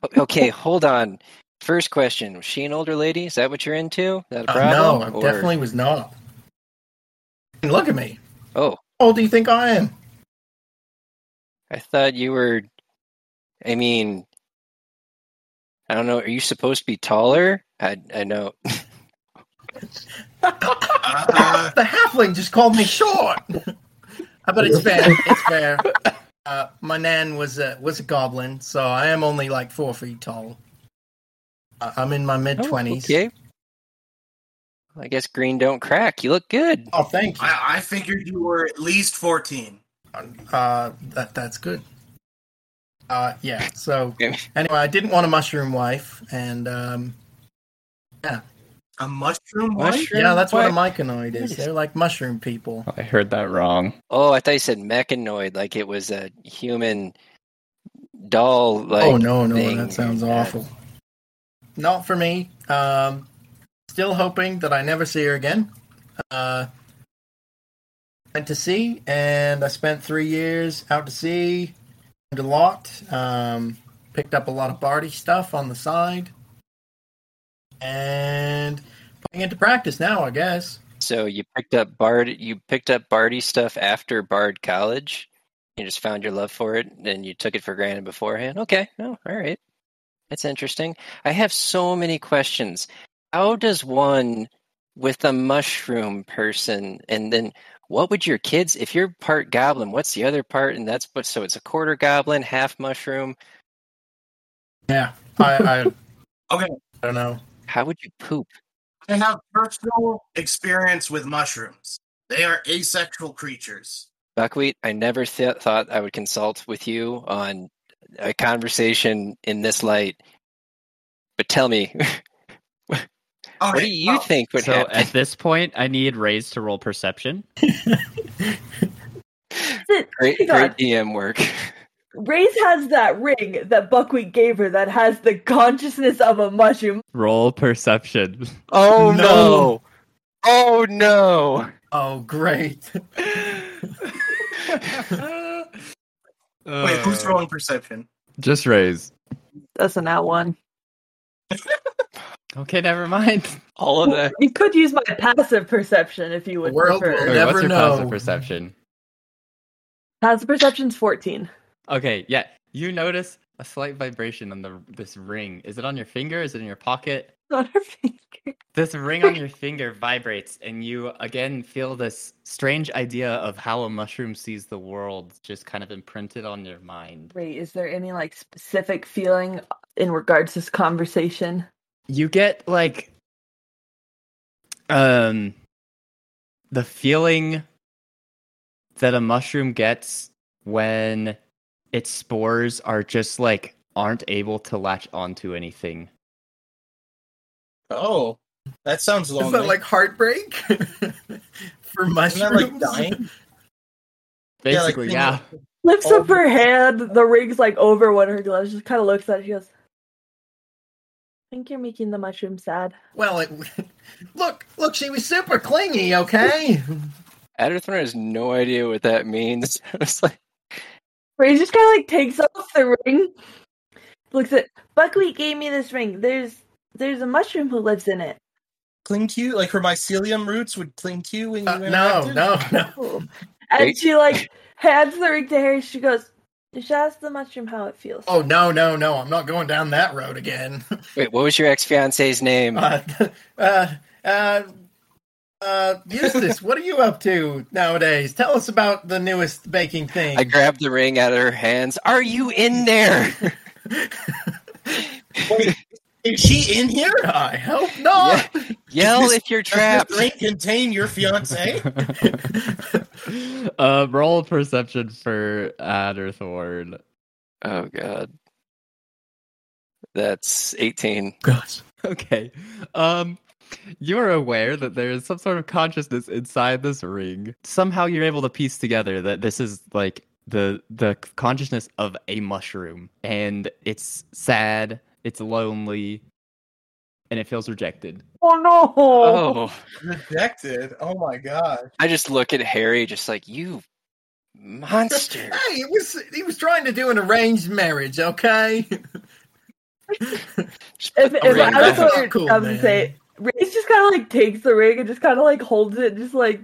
S7: O- Okay, hold on. First question: Was she an older lady? Is that what you're into? Is that a
S9: Uh,
S7: problem?
S9: no, I
S7: or-
S9: definitely was not. And look at me.
S7: Oh,
S9: How old do you think I am?
S7: I thought you were. I mean, I don't know. Are you supposed to be taller? I I know.
S5: Uh,
S9: the halfling just called me short. Uh, but it's fair. It's fair. Uh, my nan was a was a goblin, so I am only like four feet tall. Uh, I'm in my mid
S7: Oh,
S9: twenties.
S7: Okay. Well, I guess green don't crack. You look good.
S9: Oh, thank you.
S5: I, I figured you were at least 14.
S9: Uh, that that's good. Uh, yeah. So
S7: Okay.
S9: anyway, I didn't want a mushroom wife, and um,
S5: A mushroom wife?
S7: Mushroom.
S9: yeah, that's what a
S7: wife?
S9: myconoid is. They're like mushroom people.
S10: I heard that wrong.
S7: Oh, I thought you said mechanoid, like it was a human doll. Like
S9: oh no, no,
S7: thing.
S9: that sounds
S7: Uh,
S9: awful. Not for me. Um, still hoping that I never see her again. Uh, went to sea, and I spent three years out to sea, learned a lot, um, picked up a lot of Barty stuff on the side, and putting into practice now, I guess.
S7: So you picked up Bard. You picked up Bardy stuff after Bard College. You just found your love for it, and you took it for granted beforehand. Okay, no, all right, that's interesting. I have so many questions. How does one with a mushroom person, and then what would your kids, if you're part goblin, what's the other part? And that's but so it's a quarter goblin, half mushroom.
S9: Yeah, I,
S5: I okay.
S9: I don't know.
S7: How would you poop?
S5: I have personal experience with mushrooms. They are asexual creatures.
S7: Buckwheat, I never th- thought I would consult with you on a conversation in this light. But tell me,
S5: All
S7: what
S5: right,
S7: do you
S5: well,
S7: think would
S10: Oh, so
S7: happen?
S10: at this point, I need Raise to roll perception.
S3: Sit-
S7: Great,
S3: hang on.
S7: great DM work.
S3: Raze has that ring that Buckwheat gave her that has the consciousness of a mushroom.
S10: Roll perception.
S7: Oh
S9: No. no.
S7: Oh no!
S9: Oh, great.
S5: Wait,
S9: Uh.
S5: who's rolling perception?
S12: Just raise.
S3: That's an at one.
S10: Okay, never mind.
S7: All of that.
S3: You could use my passive perception if you would
S9: World
S3: prefer.
S9: will-
S10: Wait,
S9: never
S10: what's your
S9: know.
S10: passive perception?
S3: Passive perception's fourteen.
S10: Okay, yeah. You notice a slight vibration on the this ring. Is it on your finger? Is it in your pocket?
S3: On her finger.
S10: This ring on your finger vibrates, and you again feel this strange idea of how a mushroom sees the world just kind of imprinted on your mind.
S3: Wait, is there any like specific feeling in regards to this conversation?
S10: You get like um the feeling that a mushroom gets when its spores are just like aren't able to latch onto anything.
S5: Oh, that sounds lonely.
S9: Is that like heartbreak for mushrooms?
S5: Isn't that like dying? Yeah, like
S10: Basically,
S5: being
S10: yeah.
S3: Lifts
S5: Oh.
S3: up her hand, the ring's like over one of her gloves, just kinda looks at it, she goes, I think you're making the mushroom sad.
S9: Well, it, look, look, she was super clingy. Okay.
S7: Adderthorn has no idea what that means. I was like,
S3: Ray just kind of like takes off the ring, looks at Buckwheat gave me this ring. There's there's a mushroom who lives in it.
S5: cling to you? Like her mycelium roots would cling to you when you
S9: Uh, no,
S5: interacted?
S9: no, no.
S3: Cool. And
S7: Wait.
S3: she like hands the ring to Harry. She goes, "Just ask the mushroom how it feels."
S9: Oh no, no, no! I'm not going down that road again.
S7: wait, what was your ex fiance's name?
S9: Uh, uh, uh, uh, Eustace, what are you up to nowadays? Tell us about the newest baking thing.
S7: I grabbed the ring out of her hands. Are you in there?
S5: Is she in here?
S9: I hope not.
S7: Yell
S5: Is this-
S7: if you're
S5: Does
S7: trapped.
S5: this ring contain your fiance?
S10: uh, roll perception for Adderthorn.
S7: Oh god. That's 18.
S9: Gosh.
S10: Okay. Um, you are aware that there is some sort of consciousness inside this ring. Somehow you're able to piece together that this is like the the consciousness of a mushroom, and it's sad, it's lonely, and it feels rejected.
S3: Oh no!
S7: Oh.
S5: Rejected. Oh my god.
S7: I just look at Harry just like, "You monster."
S9: Hey, it was he was trying to do an arranged marriage, okay?
S7: Just
S3: If,
S7: put
S3: if
S7: the ring
S3: I was
S7: back.
S9: That's
S3: going
S9: not cool,
S3: comes
S9: man.
S3: to say, Ray just kind of like takes the ring and just kind of like holds it, just like.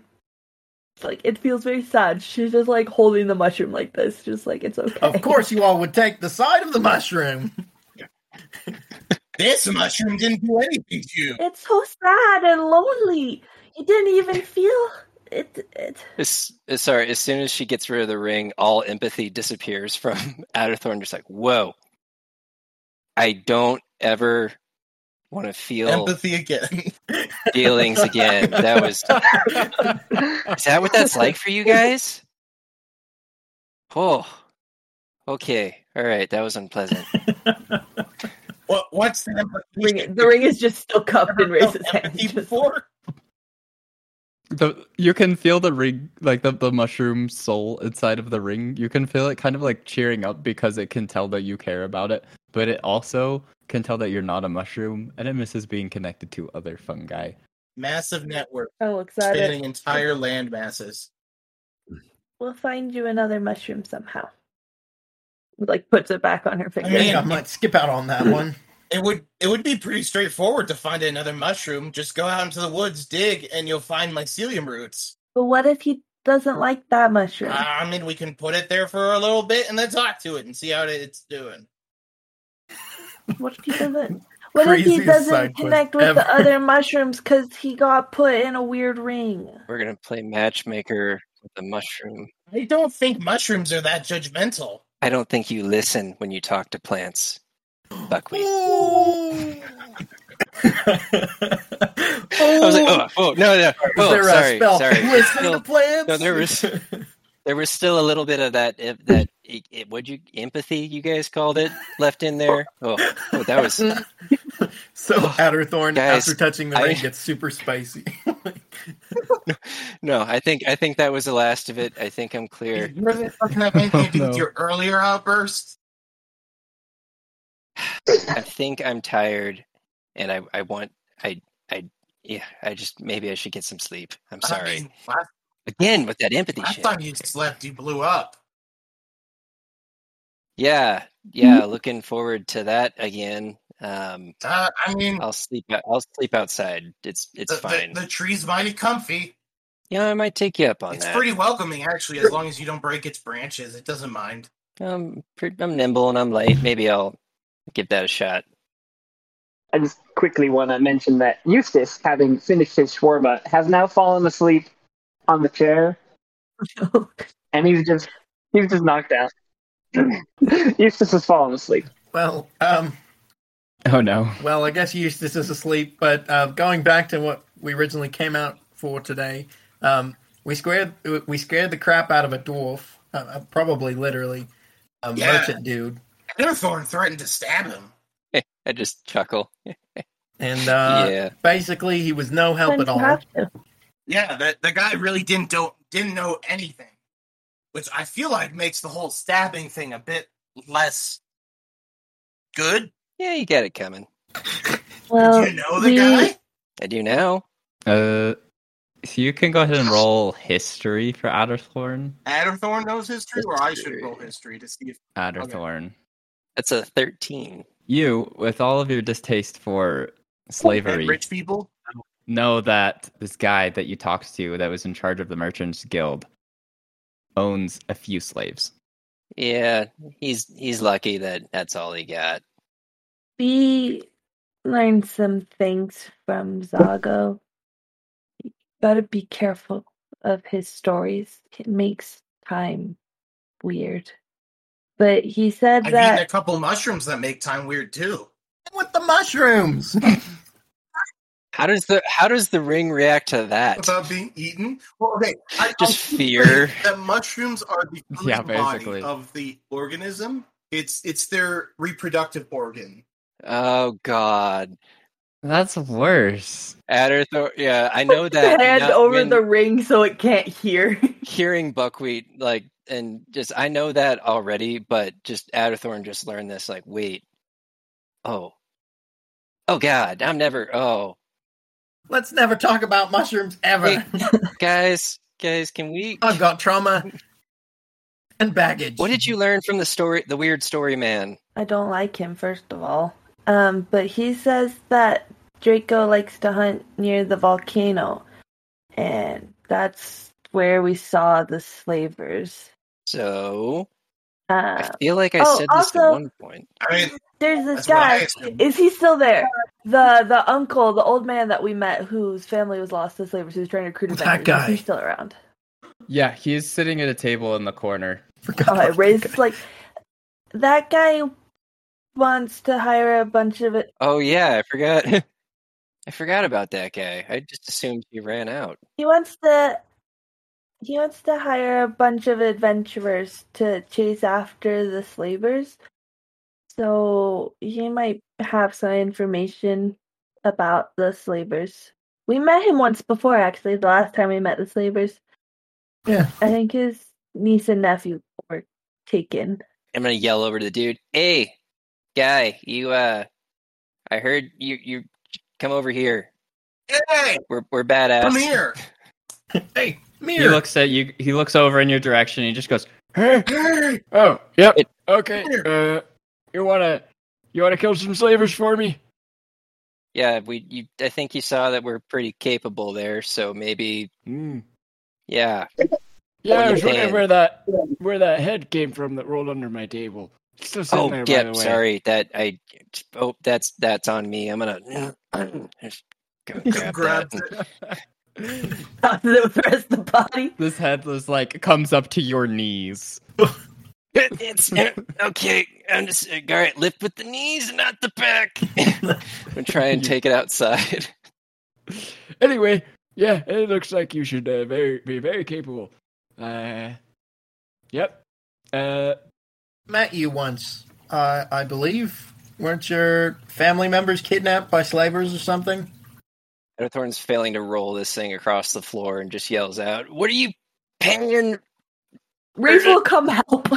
S3: it's Like it feels very sad. She's just like holding the mushroom like this, just like it's okay.
S9: of course, you all would take the side of the mushroom.
S5: This mushroom didn't do anything to you.
S3: it's so sad and lonely. You didn't even feel it. It
S7: As- as- sorry, as soon as she gets rid of the ring, all empathy disappears from Adderthorn. Just like, whoa, I don't ever want to feel
S5: Empathy again.
S7: feelings again. That was is that what that's like for you guys? Oh, okay, all right, that was unpleasant.
S5: What? What's the empathy?
S3: ring, the ring is just still cupped in Ray's hand.
S5: empathy
S3: Just-
S5: before?
S10: the you can feel the ring like the, the mushroom soul inside of the ring you can feel it kind of like cheering up because it can tell that you care about it but it also can tell that you're not a mushroom and it misses being connected to other fungi
S5: Massive network
S3: Oh, excited.
S5: spanning entire land masses.
S3: We'll find you another mushroom somehow. Like puts it back on her finger.
S5: mean,
S9: Yeah, I might skip out on that one.
S5: It would it would be pretty straightforward to find another mushroom. Just go out into the woods, dig, and you'll find mycelium roots.
S3: but what if he doesn't like that mushroom?
S5: I mean, we can put it there for a little bit and then talk to it and see how it's doing.
S3: what if he doesn't? What if he
S9: Craziest side
S3: doesn't
S9: quest
S3: connect with the
S9: ever.
S3: other mushrooms because he got put in a weird ring?
S7: We're gonna play matchmaker with the mushroom.
S5: I don't think mushrooms are that judgmental.
S7: I don't think you listen when you talk to plants, Buckwheat. I was like, oh, oh, no, no,
S9: Is
S7: oh,
S9: there
S7: sorry,
S9: a spell?
S7: sorry.
S9: Listen to
S7: Still-
S9: plants.
S7: no, there was- there was still a little bit of that if, that it, it, would you empathy you guys called it left in there. Oh, oh that was Oh,
S9: so Adderthorn
S7: Guys,
S9: after touching the
S7: I-
S9: ring gets super spicy. Oh
S7: no. I think I think that was the last of it. I think I'm clear.
S5: Does it fucking have anything to do with
S10: No.
S5: your earlier outburst?
S7: I think I'm tired, and I I want I I yeah. I just maybe I should get some sleep. I'm
S5: I
S7: sorry
S5: mean, last,
S7: again with that empathy
S5: last
S7: shit.
S5: time you slept, you blew up.
S7: Yeah,
S5: Mm-hmm.
S7: yeah. Looking forward to that again. Um,
S5: Uh, I mean,
S7: I'll sleep. I'll sleep outside. It's it's
S5: the, the,
S7: fine.
S5: the tree's mighty comfy.
S7: yeah, I might take you up on
S5: It's
S7: that.
S5: pretty welcoming, actually, as long as you don't break its branches. It doesn't mind.
S7: I'm pretty, I'm nimble and I'm light. Maybe I'll give that a shot.
S8: I just quickly want to mention that Eustace, having finished his shawarma, has now fallen asleep on the chair, and he's just he's just knocked out. Eustace has fallen asleep.
S9: well, um,
S10: oh no
S9: well, I guess Eustace is asleep. But uh, going back to what we originally came out for today, um, we squared we scared the crap out of a dwarf, uh, uh, probably literally a
S5: Yeah.
S9: merchant dude,
S5: Netherthorn threatened to stab him.
S7: I just chuckle.
S9: and uh,
S7: yeah,
S9: basically he was no help
S3: Sometimes
S9: at
S3: you
S9: all.
S3: have to.
S5: Yeah, the the guy really didn't don't didn't know anything, which I feel like makes the whole stabbing thing a bit less good.
S7: yeah, you got it coming.
S3: Well,
S5: Did you know the
S3: we-
S5: guy?
S7: I do now.
S10: uh so you can go ahead and roll history for adderthorn
S5: Adderthorn knows history, or I should roll
S7: History.
S5: history to see if
S10: adderthorn
S7: That's a thirteen.
S10: you with all of your distaste for
S5: and
S10: slavery
S5: rich people.
S10: know that this guy that you talked to that was in charge of the merchants guild owns a few slaves
S7: Yeah, he's he's lucky that that's all he got.
S3: we learned some things from Zago. You gotta be careful of his stories. It makes time weird. But he said
S5: I've
S3: that
S5: eaten a couple mushrooms that make time weird too.
S9: With the mushrooms.
S7: How does the how does the ring react to that?
S5: About being eaten. Well, okay, I, I'll
S7: Just
S5: keep
S7: fear.
S5: saying that mushrooms are the fruit
S10: Yeah,
S5: body
S10: basically.
S5: of the organism. It's it's their reproductive organ.
S7: Oh God,
S10: that's worse
S7: Adderthor. Yeah, I know that.
S3: hand
S7: not
S3: over
S7: when-
S3: the ring so it can't hear.
S7: hearing buckwheat like and just i know that already but just adderthorn just learned this like wait oh oh god i'm never oh
S9: Let's never talk about mushrooms ever.
S7: guys guys can we
S9: I've got trauma and baggage.
S7: what did you learn from the story the weird story man
S3: I don't like him, first of all. Um, but he says that Draco likes to hunt near the volcano, and that's where we saw the slavers.
S7: so i
S3: Uh,
S7: feel like i
S3: oh,
S7: said this at
S3: also-
S7: one point
S5: I mean,
S3: there's this
S5: that's what I
S3: guy.
S5: assume.
S3: Is he still there? The the uncle, the old man that we met, whose family was lost to slavers, who's trying to recruit
S9: That
S3: adventurers.
S9: guy.
S3: Is he still around?
S10: yeah he is sitting at a table in the corner
S9: Forgot
S3: Okay,
S9: about
S3: Ray's
S9: that guy.
S3: like that guy wants to hire a bunch of it.
S7: oh yeah i forgot i forgot about that guy i just assumed he ran out
S3: He wants to he wants to hire a bunch of adventurers to chase after the slavers. So he might have some information about the slavers We met him once before, actually, the last time we met the slavers.
S9: Yeah.
S3: I think his niece and nephew were taken.
S7: I'm gonna yell over to the dude. Hey, guy, you uh, I heard you you come over here.
S5: Hey,
S7: We're we're badass.
S5: come here. hey, come
S10: He
S5: here.
S10: looks at you. He looks over in your direction. And he just goes, "Hey,
S5: Hey,
S11: Oh, yep.
S7: It-
S11: okay. Uh, you wanna you wanna kill some slavers for me?
S7: Yeah, we. You, I think you saw that we're pretty capable there. So maybe,
S10: Mm.
S7: yeah.
S11: Yeah, I was
S7: Yeah.
S11: wondering where that where that head came from that rolled under my table. It's still sitting
S7: Oh,
S11: there, by the
S7: yeah.
S11: way.
S7: Sorry that I. Oh, that's that's on me. I'm gonna just go grab,
S5: grab
S7: that.
S5: it.
S3: Not the rest of the body.
S10: this head was like comes up to your knees."
S7: It- it's eh, okay. I'm just eh, all right. Lift with the knees, not the back. I'm try and take it outside.
S11: Anyway, yeah, it looks like you should uh, very be very capable. Uh, yep. Uh,
S9: met you once, uh, I believe. Weren't your family members kidnapped by slavers or something?
S7: Edithorn's failing to roll this thing across the floor and just yells out, "What are you paying?
S3: Raze will come help.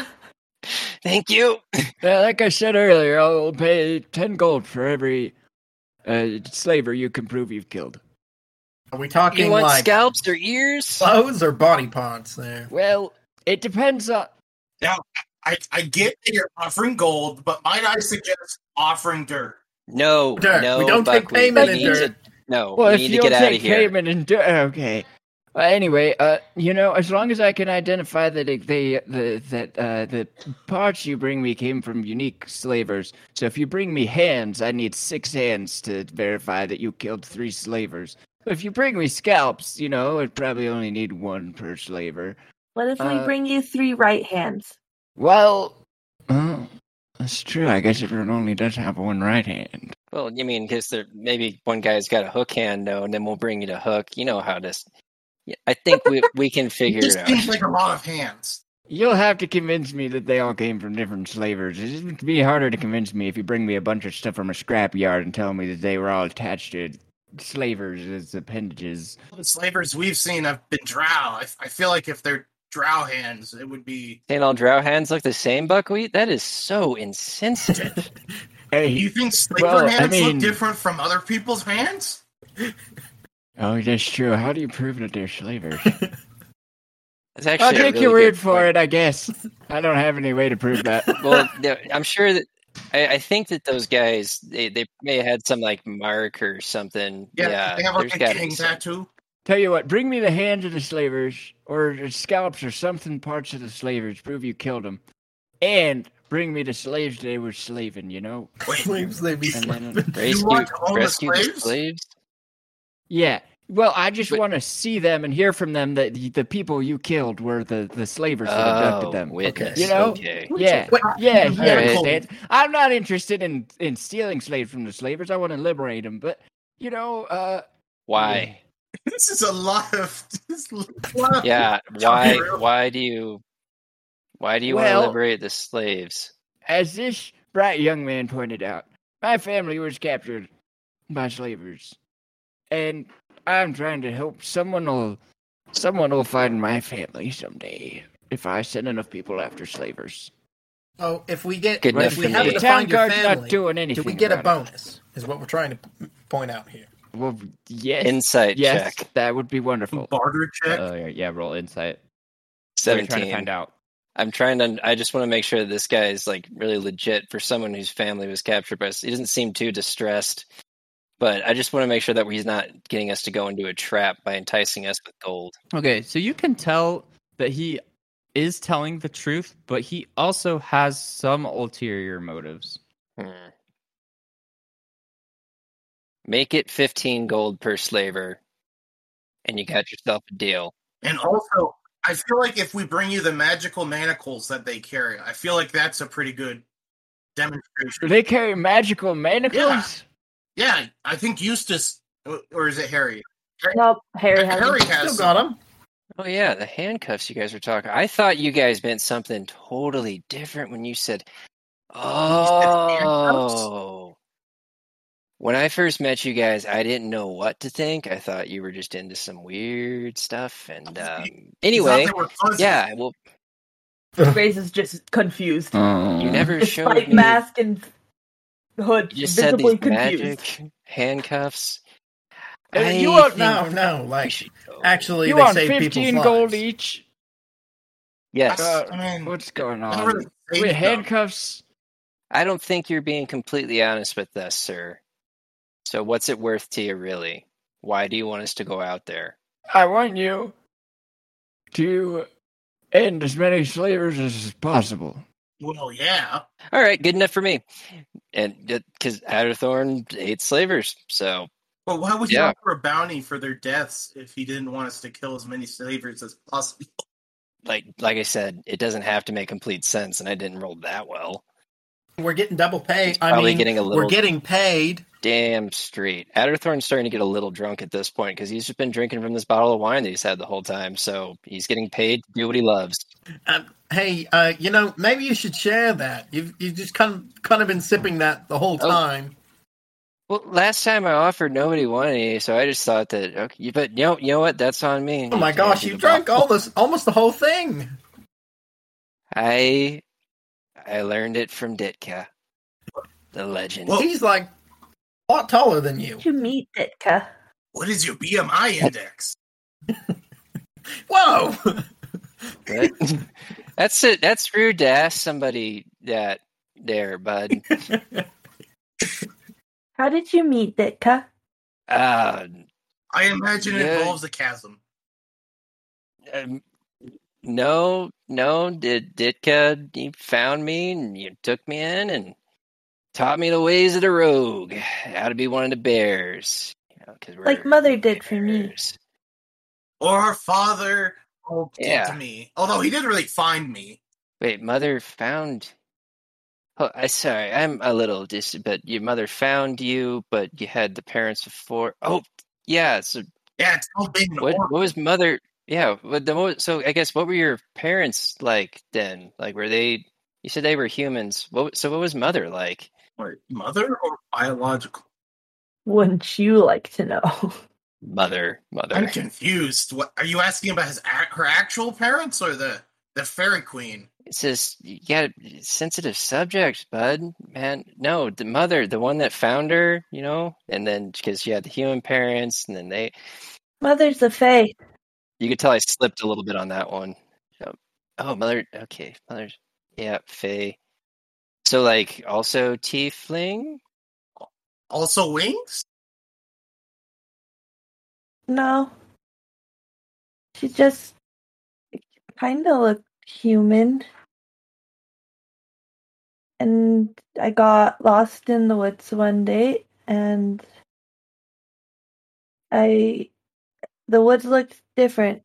S7: Thank you."
S11: yeah, like I said earlier, I'll pay ten gold for every uh, slaver you can prove you've killed.
S9: Are we
S7: You
S9: talking
S7: want
S9: like
S7: scalps or ears?
S9: clothes or body parts there?
S11: Well, it depends on.
S5: I, I get that you're offering gold, but might I suggest offering dirt?
S7: No,
S9: Dirt.
S7: Oh, no,
S9: We don't take
S7: Buckwheat.
S9: payment
S7: We
S9: in
S7: need
S9: dirt.
S7: to- no, Oh,
S11: Well,
S7: we
S11: if
S7: need
S11: you'll
S7: to get out
S11: take
S7: of here.
S11: payment and do- okay. Uh, anyway, uh, you know, as long as I can identify that it, they, the that uh, the parts you bring me came from unique slavers. So if you bring me hands, I need six hands to verify that you killed three slavers. If you bring me scalps, you know, I'd probably only need one per slaver.
S3: What if we
S11: Uh,
S3: bring you three right hands?
S11: Well, oh, that's true. I guess everyone only does have one right hand.
S7: Well, you mean because maybe one guy's got a hook hand, though, and then we'll bring you to hook. You know how this. Yeah, I think we we can figure
S5: This
S7: it out.
S5: seems like a lot of hands.
S11: You'll have to convince me that they all came from different slavers. It'd be harder to convince me if you bring me a bunch of stuff from a scrapyard and tell me that they were all attached to slavers as appendages.
S5: The slavers we've seen have been drow. I, I feel like if they're drow hands, it would be.
S7: Saying all drow hands look the same, Buckwheat? That is so insensitive.
S5: Do you
S11: Hey,
S5: think slaver
S11: Well, I
S5: hands
S11: mean-
S5: look different from other people's hands?
S11: oh, that's true. How do you prove that they're slavers?
S7: That's actually
S11: I'll
S7: a
S11: take
S7: really
S11: your
S7: good
S11: word for
S7: point.
S11: it, I guess. I don't have any way to prove that.
S7: well, no, I'm sure that I, I think that those guys they, they may have had some like mark or something.
S5: Yeah,
S7: Yeah,
S5: they have like
S7: there's
S5: a
S7: gotta be
S5: gang
S7: some-
S5: tattoo.
S11: Tell you what, bring me the hands of the slavers, or the scalps, or something parts of the slavers. Prove you killed them. And bring me the slaves they were slaving, you know?
S9: Slaves they be
S11: And then-
S9: slaving.
S7: Rescue,
S5: want to own the
S7: Oh, rescue the
S5: slaves?
S7: slaves?
S11: Yeah. Well, I just
S7: But-
S11: want to see them and hear from them that the, the people you killed were the, the slavers that abducted
S7: Oh,
S11: them.
S7: witness.
S11: You know?
S7: Okay.
S11: Yeah,
S9: Wait,
S11: yeah,
S9: you
S11: he
S7: Alright.
S11: understands. I'm not interested in, in stealing slaves from the slavers. I want to liberate them, but you know, uh,
S7: Why?
S5: This is a lot of. This is a lot of
S7: Yeah. Why? Why do you? Why do you want
S11: Well-
S7: to liberate the slaves?
S11: as this bright young man pointed out, my family was captured by slavers, and I'm trying to help someone. Will someone will find my family someday if I send enough people after slavers.
S9: Oh, if we get
S7: Good
S9: if
S7: enough
S9: we
S7: for
S9: happen
S7: me.
S9: to
S11: Town
S9: find your
S11: guard's not
S9: family,
S11: doing
S9: do we
S11: anything
S9: get a
S11: about it.
S9: bonus? Is what we're trying to p- point out here.
S11: Well, yes,
S7: Insight
S11: yes,
S7: check.
S11: that would be wonderful.
S5: barter check.
S10: Uh, yeah, roll insight. What are you trying to
S7: Seventeen.
S10: find out.
S7: I'm trying to. I just want to make sure that this guy is like really legit for someone whose family was captured by. us. He doesn't seem too distressed, but I just want to make sure that he's not getting us to go into a trap by enticing us with gold.
S1: Okay, so you can tell that he is telling the truth, but he also has some ulterior motives.
S7: Hmm. Make it fifteen gold per slaver, and you got yourself a deal.
S5: And also, I feel like if we bring you the magical manacles that they carry, I feel like that's a pretty good
S11: Do
S5: demonstration.
S11: they carry magical manacles?
S5: Yeah, I think Eustace, or is it Harry?
S3: Nope, Oh, Harry has
S5: Harry
S3: it.
S5: has.
S9: Still got them.
S7: Oh yeah, the handcuffs you guys were talking. I thought you guys meant something totally different when you said, "Oh, When I first met you guys, I didn't know what to think. I thought you were just into some weird stuff. And um, anyway,
S3: they were fuzzy.
S7: yeah, well,
S3: Grace is just confused.
S9: Mm-hmm.
S7: you never showed
S3: Despite
S7: me.
S3: mask and hood,
S7: You just said
S3: visibly
S7: these
S3: confused.
S7: magic handcuffs.
S9: Uh, you
S7: I
S9: are no,
S7: think-
S9: no. Like actually,
S11: You
S9: they
S11: want
S9: save people's
S11: 15
S9: lives.
S11: gold each?
S7: Yes.
S11: Uh,
S5: I mean,
S11: What's going
S5: I
S11: on?
S5: don't really hate
S11: With
S5: them.
S11: handcuffs?
S7: I don't think you're being completely honest with us, sir. So what's it worth to you, really? Why do you want us to go out there?
S11: I want you to end as many slavers as possible.
S5: Well, yeah.
S7: All right, good enough for me. And because Adderthorn hates slavers, so
S5: But why would
S7: Yeah.
S5: he offer a bounty for their deaths if he didn't want us to kill as many slavers as possible?
S7: like like I said, it doesn't have to make complete sense, and I didn't roll that well.
S9: We're getting double pay.
S7: He's
S9: I
S7: probably
S9: mean,
S7: getting a
S9: we're
S7: little-
S9: getting paid.
S7: Damn straight. Adderthorn's starting to get a little drunk at this point because he's just been drinking from this bottle of wine that he's had the whole time. So he's getting paid to do what he loves.
S9: Um, hey, uh, you know, maybe you should share that. You've you've just kind of kind of been sipping that the whole
S7: Oh.
S9: time.
S7: Well, last time I offered, nobody won any, so I just thought that. Okay, but you know, you know what? That's on me.
S9: Oh my gosh, you drank all this almost the whole thing.
S7: I I learned it from Ditka, the legend.
S5: Well-
S9: He's like a lot taller than you.
S3: Did you meet Ditka?
S5: What is your BMI index?
S9: Whoa!
S7: Right? that's it. That's rude to ask somebody that there, bud.
S3: How did you meet Ditka?
S7: Uh,
S5: I imagine
S7: Yeah.
S5: it involves a chasm.
S7: um, no, no, did Ditka? He found me and you took me in and taught me the ways of the rogue, how to be one of the bears. You know, 'cause
S3: Like
S7: we're
S3: Mother did for me.
S7: bears.
S5: Or our father oh, did
S7: Yeah.
S5: to me. Although he didn't really find me.
S7: Wait, mother found. Oh, I sorry, I'm a little dis. But your mother found you, but you had the parents before. Oh, yeah. So
S5: Yeah, it's all being an
S7: what?
S5: orphan.
S7: What was mother? Yeah. What the? What, so I guess what were your parents like then? Like were they? You said they were humans. What? So what was mother like?
S5: Wait, mother or biological?
S3: Wouldn't you like to know?
S7: Mother, mother.
S5: I'm confused. What are you asking about his ac- her actual parents or the the fairy queen?
S7: It's just you got a sensitive subject, bud. Man, no, the mother, the one that found her, you know, and then because she had the human parents, and then they.
S3: Mother's a fae.
S7: You could tell I slipped a little bit on that one. Yep. Oh, mother. Okay, mother. Yeah, Faye. So, like, also tiefling.
S5: Also wings?
S3: No. She just kind of looked human. And I got lost in the woods one day, and I. The woods looked different.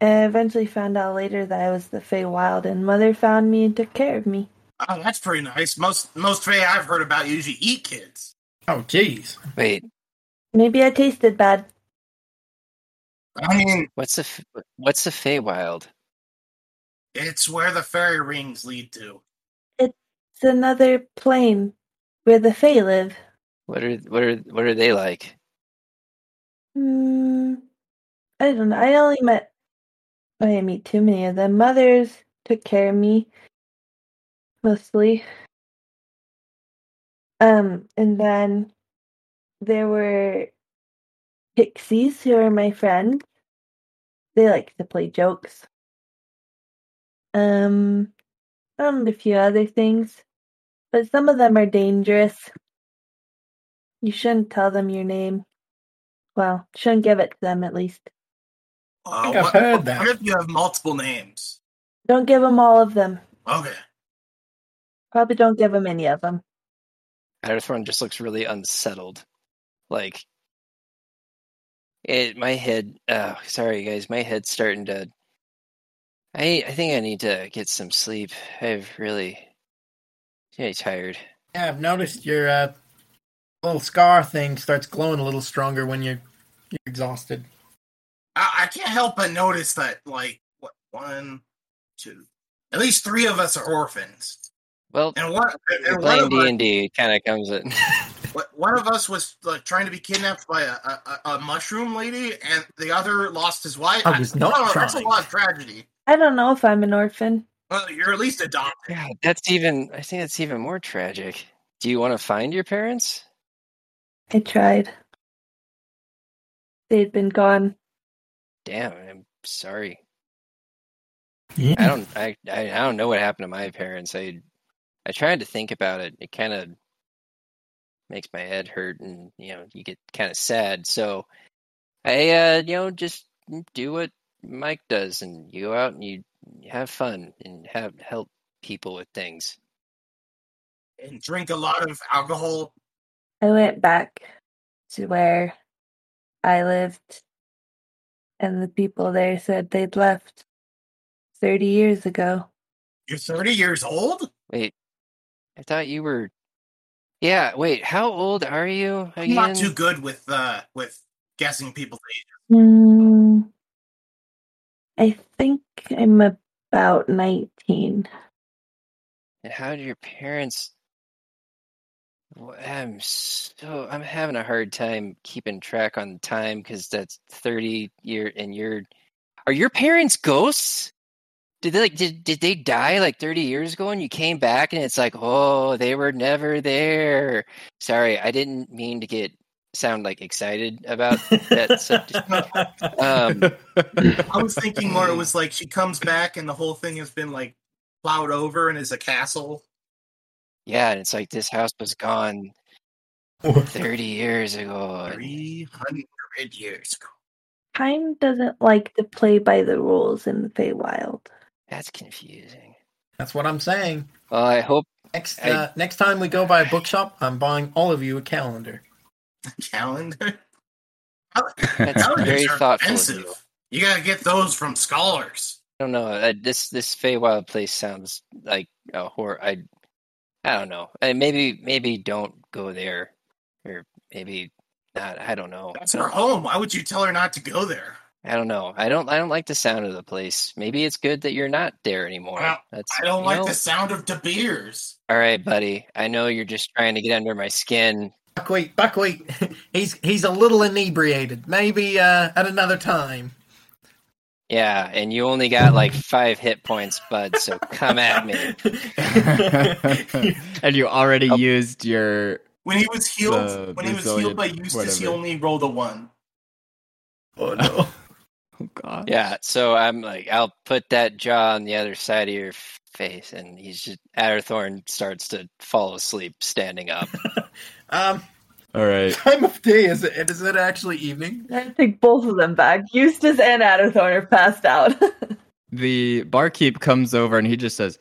S3: And I eventually found out later that I was the Fey Wild, and Mother found me and took care of me.
S5: Oh, that's pretty nice. Most most fae I've heard about usually eat kids.
S9: Oh, jeez.
S7: Wait,
S3: Maybe I tasted bad.
S5: I mean,
S7: what's the f- what's the Feywild?
S5: it's where the fairy rings lead to.
S3: It's another plane where the Fey live.
S7: What are what are what are they like?
S3: Hmm. I don't know. I only met. I didn't meet too many of them. Mothers took care of me, mostly. Um, and then there were pixies who are my friends. They like to play jokes. Um, and a few other things, but some of them are dangerous. You shouldn't tell them your name. Well, shouldn't give it to them at least.
S5: I
S9: think I've heard that.
S5: Uh, What if you have multiple names?
S3: Don't give them all of them.
S5: Okay.
S3: Probably don't give them any of them.
S7: Adderthorn just looks really unsettled. Like, it. My head. Oh, sorry, guys. My head's starting to. I I think I need to get some sleep. I've really, really tired.
S9: Yeah, I've noticed your uh, little scar thing starts glowing a little stronger when you're you're exhausted.
S5: I, I can't help but notice that, like, what, one, two, at least three of us are orphans,
S7: Well,
S5: and one, and
S7: You're playing
S5: one of
S7: D
S5: us,
S7: and D kind of comes in.
S5: Wh- One of us was like trying to be kidnapped by a, a, a- a mushroom lady, and the other lost his wife.
S9: I was not
S5: don't know, That's a
S9: trying.
S5: lot of tragedy.
S3: I don't know if I'm an orphan.
S5: Well, you're at least adopted.
S7: God, that's even. I think that's even more tragic. Do you want to find your parents?
S3: I tried. They'd been gone.
S7: Damn, I'm sorry.
S9: Yeah.
S7: I don't. I. I, I don't know what happened to my parents. I. I tried to think about it. It kind of makes my head hurt, and you know, you get kind of sad. So, I. Uh, you know, just do what Mike does, and you go out and you have fun and have help people with things.
S5: and drink a lot of alcohol.
S3: I went back to where I lived, and the people there said they'd left 30 years ago.
S5: You're 30 years old?
S7: Wait, I thought you were. Yeah, wait. How old are you
S5: I'm
S7: again?
S5: not too good with uh with guessing people's age.
S3: Hmm. I think I'm about 19.
S7: And how did your parents? Wha- I'm so I'm having a hard time keeping track on time because that's thirty year and you're. Are your parents ghosts? Did they like did did they die like thirty years ago and you came back and it's like oh they were never there. Sorry, I didn't mean to get sound like excited about that subject. Um,
S5: I was thinking more it was like she comes back and the whole thing has been like plowed over and is a castle.
S7: Yeah, and it's like this house was gone 30 years ago. and-
S5: 300 years ago.
S3: Time doesn't like to play by the rules in the Feywild.
S7: That's confusing.
S9: That's what I'm saying.
S7: Well, I hope
S9: Next,
S7: I-
S9: uh, next time we go by a bookshop, I'm buying all of you a calendar.
S5: Calendar?
S7: that's
S5: Calendars
S7: very
S5: are
S7: thoughtful. Of you.
S5: expensive. You gotta get those from scholars.
S7: I don't know. Uh, this this Feywild place sounds like a horror. I I don't know. I, maybe maybe don't go there, or maybe not. I don't know.
S5: That's her home. Why would you tell her not to go there?
S7: I don't know. I don't. I don't like the sound of the place. Maybe it's good that you're not there anymore.
S5: Well,
S7: That's,
S5: I don't
S7: you
S5: like
S7: know-
S5: the sound of De Beers.
S7: All right, buddy. I know you're just trying to get under my skin.
S9: Buckwheat, buckwheat. He's he's a little inebriated. Maybe uh, at another time.
S7: Yeah, and you only got like five hit points, bud, so come at me.
S11: and you
S7: Oh.
S11: already used your.
S5: When he was healed,
S11: The
S5: when he was
S11: Brazilian-
S5: healed by Eustace, he
S11: whatever.
S5: only rolled a one.
S9: Oh no.
S11: Oh God.
S7: Yeah, so I'm like, I'll put that jaw on the other side of your face, and he's just Adderthorn starts to fall asleep standing up.
S9: Um,
S11: All right.
S9: time of day is it? Is it actually evening?
S3: I take both of them back. Eustace and Adathorn are passed out.
S11: The barkeep comes over and he just says,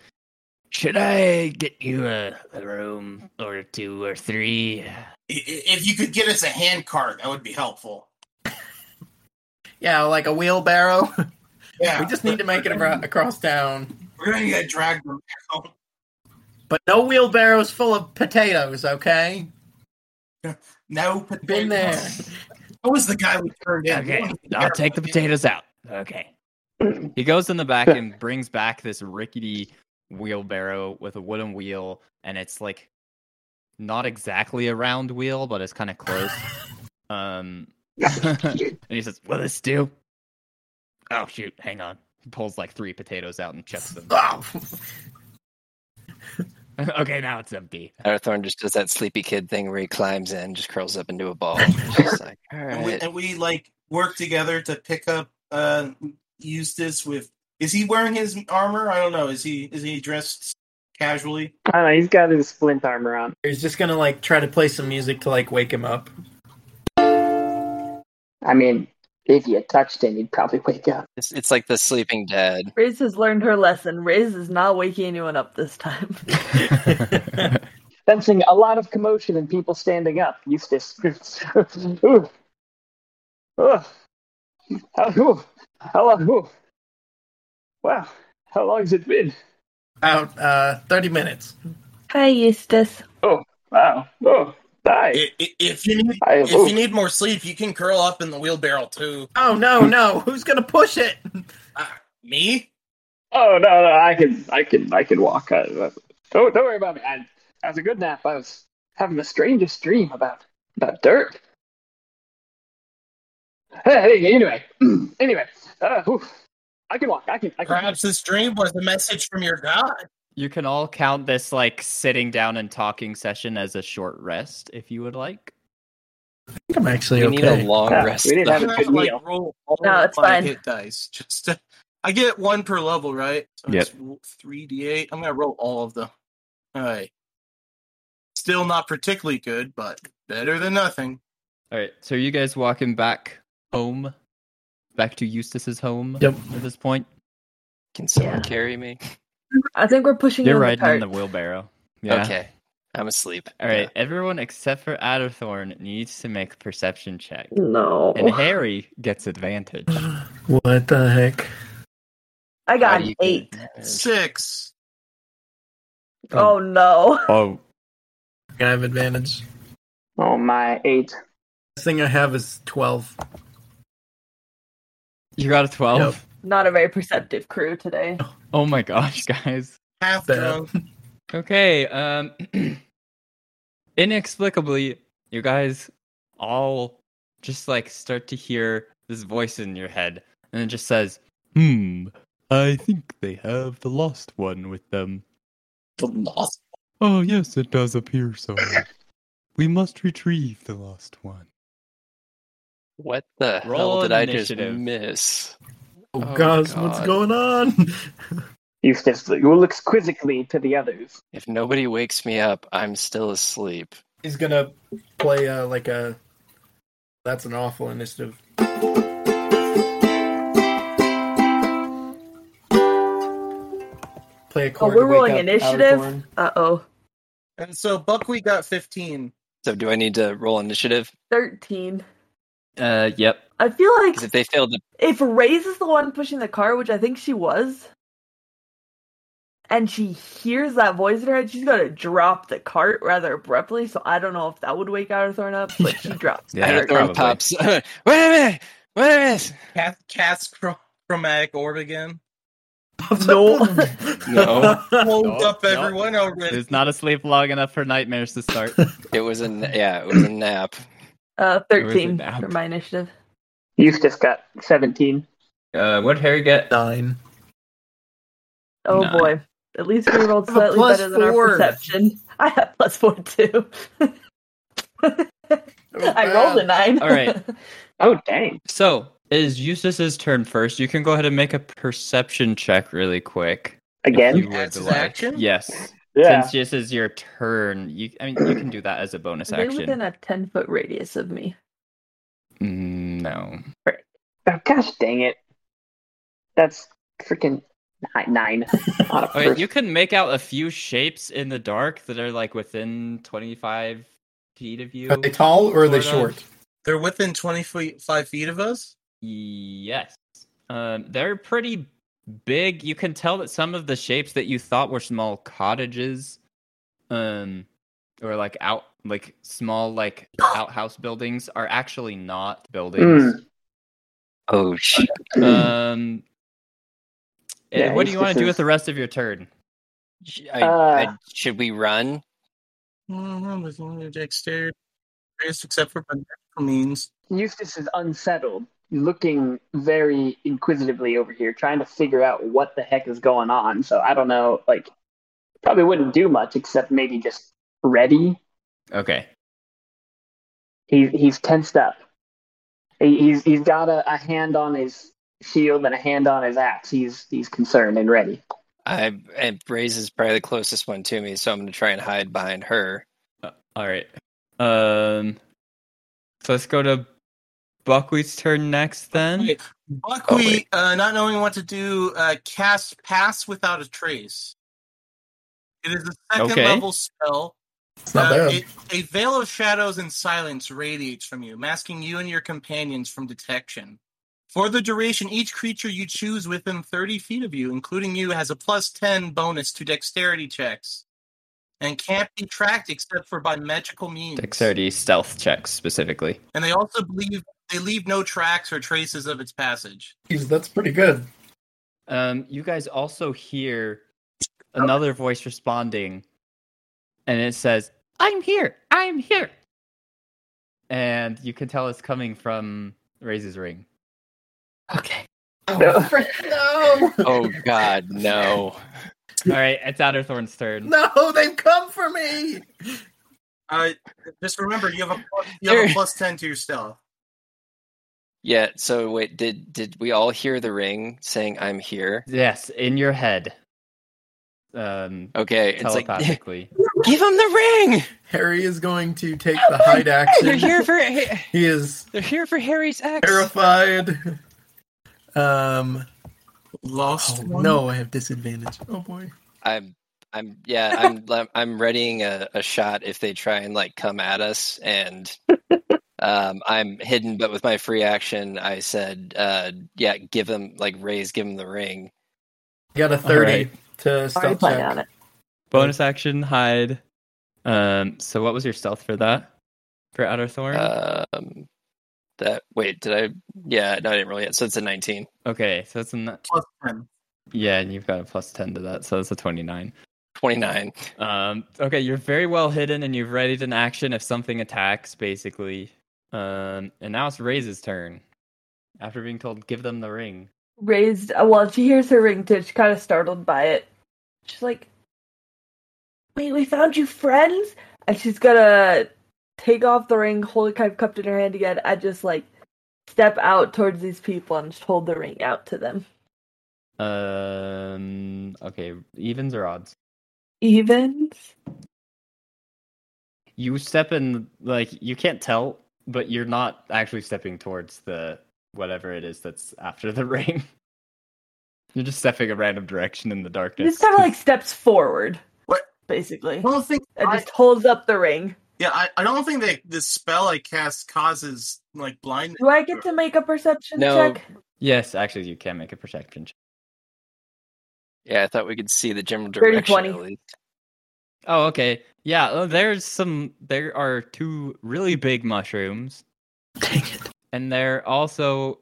S11: "Should I get you a, Uh, a room or two or three?
S5: I- i- If you could get us a hand cart, that would be helpful.
S9: Yeah, like a wheelbarrow.
S5: Yeah,
S9: We just need to make it abro- across town.
S5: We're gonna get dragged. From home.
S9: But no wheelbarrows full of potatoes, okay?
S5: No, potatoes.
S9: Been there.
S5: What was the guy we turned in?
S11: Okay,
S5: What was
S11: I'll take the potatoes out. Okay." He goes in the back and brings back this rickety wheelbarrow with a wooden wheel, and it's like not exactly a round wheel, but it's kind of close. um, and he says, "Will this do?" Oh shoot! Hang on. He pulls like three potatoes out and chucks them.
S9: Oh,
S11: okay, now it's empty.
S7: Adderthorn just does that sleepy kid thing where he climbs in, just curls up into a ball. He's just like, all
S5: And we,
S7: right.
S5: and we like work together to pick up uh Eustace with. Is he wearing his armor? I don't know. Is he is he dressed casually?
S8: I don't know. He's got his flint armor on.
S9: he's just gonna like try to play some music to like wake him up.
S8: I mean, if you touched him, he'd probably wake up.
S7: It's, it's like the sleeping dead.
S3: Ray's has learned her lesson. Ray's is not waking anyone up this time.
S8: Sensing a lot of commotion and people standing up, Eustace. Ooh. Ugh. Hello. Hello. Wow. How long's it been?
S9: About uh, thirty minutes.
S3: Hi, Eustace.
S8: Wow. Oh, hi.
S5: I- i- If you need,
S8: I,
S5: if
S8: oh,
S5: you need more sleep, you can curl up in the wheelbarrow too.
S9: Oh no, no! Who's gonna push it?
S5: Uh, me?
S8: oh, no, no, I can, I can, I can walk. I, uh, don't, don't worry about me. I, that was a good nap. I was, having the strangest dream about about dirt. Hey, hey, anyway, anyway, uh, whew. I can walk. I can. I can.
S5: Perhaps this dream was a message from your god.
S10: You can all count this like sitting down and talking session as a short rest if you would like.
S9: I think I'm actually
S7: We
S9: okay.
S7: need a long
S8: Yeah,
S7: rest.
S8: we didn't have
S5: I'm
S8: a
S5: gonna
S8: good
S5: like
S8: meal.
S5: roll all
S3: No,
S5: of
S3: it's
S5: my
S3: fine.
S5: hit dice. Just to, I get one per level, right? So
S13: Yep.
S5: it's three d eight. I'm gonna roll all of them. All right. Still not particularly good, but better than nothing.
S10: All right, so are you guys walking back home, back to Eustace's home
S9: Yep.
S10: at this point?
S7: Can someone
S3: Yeah.
S7: carry me?
S3: I think we're pushing
S10: You're
S3: you
S10: riding
S3: in
S10: in
S3: the
S10: the
S3: cart.
S10: wheelbarrow. Yeah.
S7: Okay, I'm asleep.
S10: All right, everyone except for Adderthorn needs to make a perception check,
S3: No,
S10: and Harry gets advantage.
S9: What the heck?
S3: I
S7: Yeah.
S3: got
S7: How do
S3: an
S7: you get
S3: eight.
S7: advantage?
S5: Six.
S3: Oh no.
S10: Oh,
S9: I have advantage.
S8: Oh my eight.
S9: Best thing I have is twelve.
S10: you got a twelve.
S3: Not a very perceptive crew today.
S10: Oh my gosh, guys.
S5: Half
S9: Bad.
S5: drunk.
S10: Okay, um inexplicably, you guys all just like start to hear this voice in your head and it just says, "Hmm, I think they have the lost one with them."
S5: The lost.
S14: Oh, yes, it does appear so. we must retrieve the lost one.
S7: What the
S10: Roll
S7: hell did I just
S10: initiative.
S7: miss?
S9: Oh,
S7: Oh,
S9: gosh, what's
S7: God.
S9: going on?
S8: Eustace looks quizzically to the others.
S7: If nobody wakes me up, I'm still asleep.
S9: He's gonna play uh, like a. That's an awful initiative. Play a
S3: Oh,
S9: chord to
S3: we're
S9: wake
S3: rolling
S9: up
S3: initiative.
S9: Aragorn.
S3: Uh oh.
S5: And so Buckwheat got fifteen.
S7: So do I need to roll initiative?
S3: 13.
S10: Uh, yep.
S3: I feel
S7: Because if
S3: like
S7: they fail the
S3: if Ray's is the one pushing the car, which I think she was, and she hears that voice in her head, she's gonna drop the cart rather abruptly. So I don't know if that would wake Arathorn up, but she drops.
S10: Yeah,
S3: the
S7: Arathorn
S10: probably.
S7: pops. Wait a minute! Wait a minute!
S5: Cat, cat's chro- chromatic orb again.
S3: cart. No,
S7: No,
S5: Hold
S10: No,
S5: up,
S10: no.
S5: everyone already.
S10: It's not asleep long enough for nightmares to start.
S7: it was a n- yeah, it was a nap.
S3: uh,
S10: was
S3: thirteen
S10: it now?
S3: for my initiative.
S8: Eustace got seventeen.
S15: Uh, what Harry get?
S9: Nine.
S3: Oh
S15: Nine.
S3: boy! At least we rolled
S9: I have a
S3: slightly
S9: plus
S3: better than
S9: four.
S3: our perception. I had plus four too. I rolled a nine.
S10: All right.
S8: Oh dang!
S10: so, it is Eustace's turn first. You can go ahead and make a perception check really quick. if you
S8: Again?
S10: would
S5: As his
S10: like.
S5: action?
S10: Yes.
S8: Yeah.
S10: Since this is your turn, you I mean you can do that as a bonus
S3: Are they
S10: action.
S3: within a ten foot radius of me?
S10: Mm, No.
S8: Oh, gosh dang it! That's freaking ni- nine. on a
S10: Okay,
S8: first-
S10: you can make out a few shapes in the dark that are like within 25 feet of you.
S9: Are they tall or are they
S10: Sort of.
S9: short?
S5: They're within twenty feet, five feet of us.
S10: Yes. Um, they're pretty big. You can tell that some of the shapes that you thought were small cottages, um, or like out like small like outhouse buildings are actually not buildings.
S7: Oh
S10: Uh,
S7: shit!
S10: Um, eh,
S8: Yeah,
S10: what do
S8: it's-
S10: you want
S8: it's
S10: to do
S8: a-
S10: with the rest of your turn?
S7: I,
S8: Uh.
S7: I, should we run?
S5: Mhm, With only dexterity, except for medical means.
S8: Eustace is unsettled, looking very inquisitively over here, trying to figure out what the heck is going on. So I don't know, like, probably wouldn't do much except maybe just ready.
S10: Okay.
S8: He, he's tensed up. He, he's he's got a, a hand on his shield and a hand on his axe. He's he's concerned and ready.
S7: I and Braze is probably the closest one to me, so I'm gonna try and hide behind her.
S10: Uh, all right. Um, so let's go to Buckwheat's turn next then.
S5: Wait, Buckwheat, uh, not knowing what to do, uh, cast Pass Without a Trace. It is a second
S10: Okay.
S5: level spell.
S9: It's not
S5: Uh,
S9: bad.
S5: it- a veil of shadows and silence radiates from you, masking you and your companions from detection. For the duration, each creature you choose within 30 feet of you, including you, has a plus 10 bonus to dexterity checks and can't be tracked except for by magical means.
S10: Dexterity stealth checks specifically.
S5: And they also believe they leave no tracks or traces of its passage.
S9: Jeez, that's pretty good.
S10: Um, you guys also hear another voice responding, and it says, I'm here. I'm here. And you can tell it's coming from Raise's ring.
S7: Okay.
S8: No.
S3: No,
S7: Oh God, no!
S10: All right, it's Outerthorn's turn.
S9: No, they've come for me.
S5: Uh, just remember, you have a plus, you have
S7: There-
S5: a plus ten to your stealth.
S7: Yeah. So wait, did did we all hear the ring saying "I'm here"?
S10: Yes, in your head. Um,
S7: Okay, it's like
S10: telepathically.
S7: give him the ring.
S9: Harry is going to take the hide
S7: They're
S9: action.
S7: here for
S9: He is
S7: they're here for Harry's ex.
S9: terrified. Um,
S5: Lost.
S9: oh,
S5: one?
S9: no, I have disadvantage. Oh boy.
S7: I'm I'm yeah I'm I'm readying a, a shot if they try and like come at us and um I'm hidden but with my free action I said uh yeah give him like raise give him the ring
S9: Got a
S10: All
S9: 30
S10: right.
S9: to
S3: already
S9: stealth
S3: plan on
S9: check.
S3: it.
S10: Bonus action, hide. Um, so what was your stealth for that? For Outerthorn?
S7: um that wait did I yeah no I didn't roll yet so it's a 19
S10: okay, so it's in
S5: Plus ten.
S10: Yeah, and you've got a plus 10 to that, so that's a 29.
S7: 29
S10: Um, okay, you're very well hidden and you've readied an action if something attacks, basically. Um, and now it's Raise's turn. After being told, give them the ring.
S3: Raised. uh, Well, she hears her ring too. She's kind of startled by it. She's like, "Wait, we found you friends!" And she's gonna take off the ring, hold it kind of cupped in her hand again, and just like step out towards these people and just hold the ring out to them.
S10: Um, okay, evens or odds?
S3: Evens.
S10: You step in, like, you can't tell, but you're not actually stepping towards the whatever it is that's after the ring. You're just stepping a random direction in the darkness.
S3: Just kind of like steps forward,
S5: What?
S3: basically,
S5: I don't think.
S3: and
S5: I-
S3: just holds up the ring.
S5: yeah, I, I don't think that the spell I cast causes like blindness.
S3: Do I get to make a perception
S7: No.
S3: check?
S10: yes, actually, you can make a perception check.
S7: yeah I thought we could see the general
S3: 30,
S7: direction
S3: 20.
S7: at least.
S10: Oh, okay. Yeah, oh, there's some. There are two really big mushrooms,
S9: Dang it.
S10: and there are also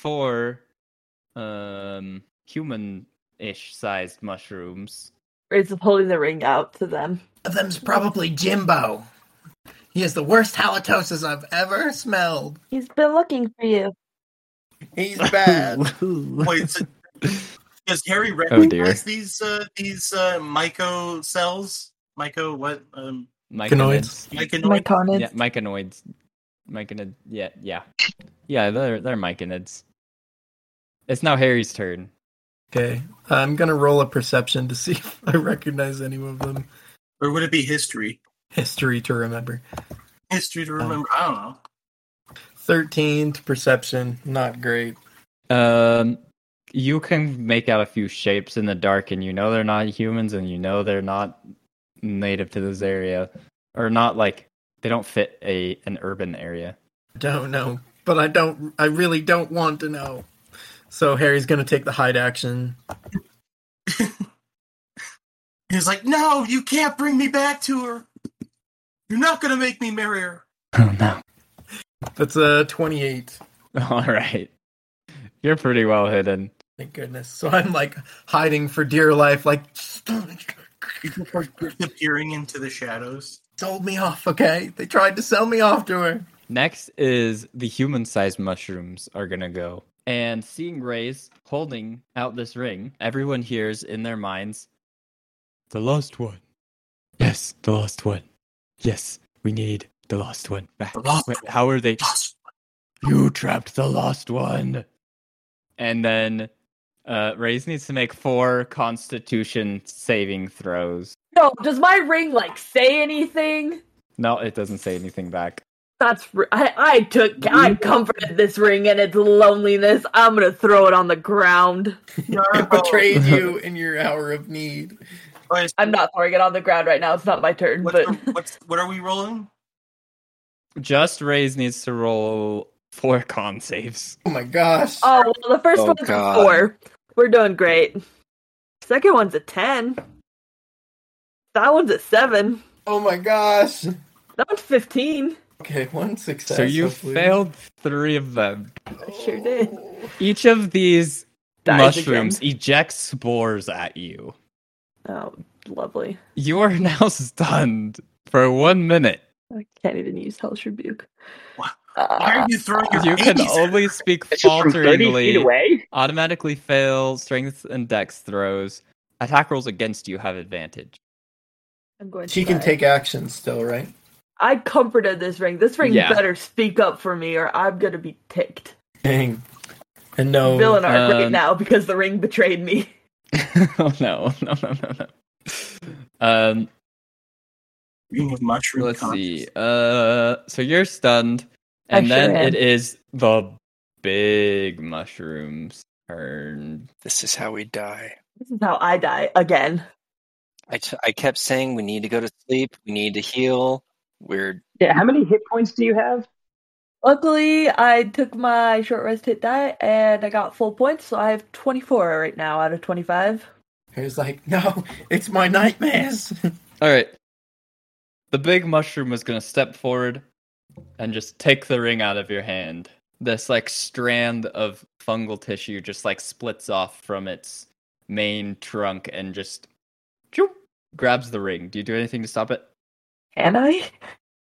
S10: four um human-ish sized mushrooms.
S3: Raised is holding the ring out to them.
S9: One of them's probably Jimbo. He has the worst halitosis I've ever smelled.
S3: He's been looking for you.
S9: He's bad.
S5: Wait, so, does Harry
S10: Oh,
S5: recognize
S10: dear.
S5: these uh, these uh, myco cells? Myco what? Um,
S9: Myconoids.
S5: myconoid.
S3: My comments.
S10: Yeah, myconoids. Myconid. Yeah, yeah, yeah. They're they're myconids. It's now Harry's turn.
S9: Okay, I'm gonna roll a perception to see if I recognize any of them.
S5: Or would it be history?
S9: History to remember.
S5: History
S9: Um,
S5: to remember. I don't know.
S9: 13 to perception, not great.
S10: Um, you can make out a few shapes in the dark, and you know they're not humans, and you know they're not native to this area, or not like they don't fit a an urban area.
S9: Don't know, but I don't. I really don't want to know. So Harry's gonna take the hide action.
S5: He's like, no, you can't bring me back to her. You're not gonna make me marry her.
S10: Oh no!
S9: That's a 28.
S10: All right, you're pretty well hidden.
S9: Thank goodness. So I'm like hiding for dear life. Like,
S5: Disappearing into the shadows.
S9: sold me off. Okay, they tried to sell me off to her.
S10: Next is the human-sized mushrooms are gonna go. And seeing Ray's holding out this ring, everyone hears in their minds, "The lost one." Yes, the lost one. Yes, we need the lost one back.
S5: The lost
S10: Wait,
S5: one.
S10: How are they?
S5: Lost.
S10: You trapped the lost one. And then uh, Ray's needs to make four Constitution saving throws.
S3: No, does my ring like say anything?
S10: No, it doesn't say anything back.
S3: That's r- I, I took I comforted this ring in its loneliness. I'm gonna throw it on the ground.
S9: I betrayed you in your hour of need.
S5: Wait,
S3: I'm not throwing it on the ground right now. It's not my turn.
S5: What's,
S3: but
S5: the- what's what are we rolling?
S10: Just Ray's needs to roll four con saves.
S9: Oh my gosh.
S3: oh, well, the first
S7: Oh,
S3: one's a
S7: God.
S3: four. We're doing great. Second one's a ten. That one's a seven.
S9: Oh my gosh.
S3: That one's fifteen.
S9: Okay, one success.
S10: So you
S9: hopefully.
S10: failed three of them.
S3: I
S9: Oh.
S3: sure did.
S10: Each of these
S3: Dies
S10: mushrooms eject spores at you.
S3: Oh, lovely.
S10: You are now stunned for one minute.
S3: I can't even use Hell's Rebuke. Uh,
S5: Why are you throwing your
S10: You can
S5: babies at
S10: only speak
S8: It's just from 30 feet
S10: falteringly.
S8: away.
S10: Automatically fail strength and dex throws. Attack rolls against you have advantage.
S3: I'm going.
S9: She
S3: to
S9: can
S3: die.
S9: take action still, right?
S3: I comforted this ring. This ring
S10: Yeah.
S3: better speak up for me, or I'm gonna be ticked.
S9: Dang. And no,
S3: Villain art right
S10: um,
S3: now because the ring betrayed me.
S10: oh no, no, no, no, no. Um,
S5: Being of mushroom
S10: let's
S5: conscious.
S10: see. Uh, so you're stunned, and
S3: I sure
S10: then
S3: am.
S10: it is the big mushroom's turn.
S7: This is how we die.
S3: This is how I die again.
S7: I, t- I kept saying we need to go to sleep. We need to heal. We're
S8: Yeah, how many hit points do you have?
S3: Luckily, I took my short rest hit die and I got full points, so I have 24 right now out of 25.
S9: Harry's like, no, it's my nightmares.
S10: All right. The big mushroom is going to step forward and just take the ring out of your hand. This like strand of fungal tissue just like splits off from its main trunk and just choop, grabs the ring. Do you do anything to stop it?
S3: Can I?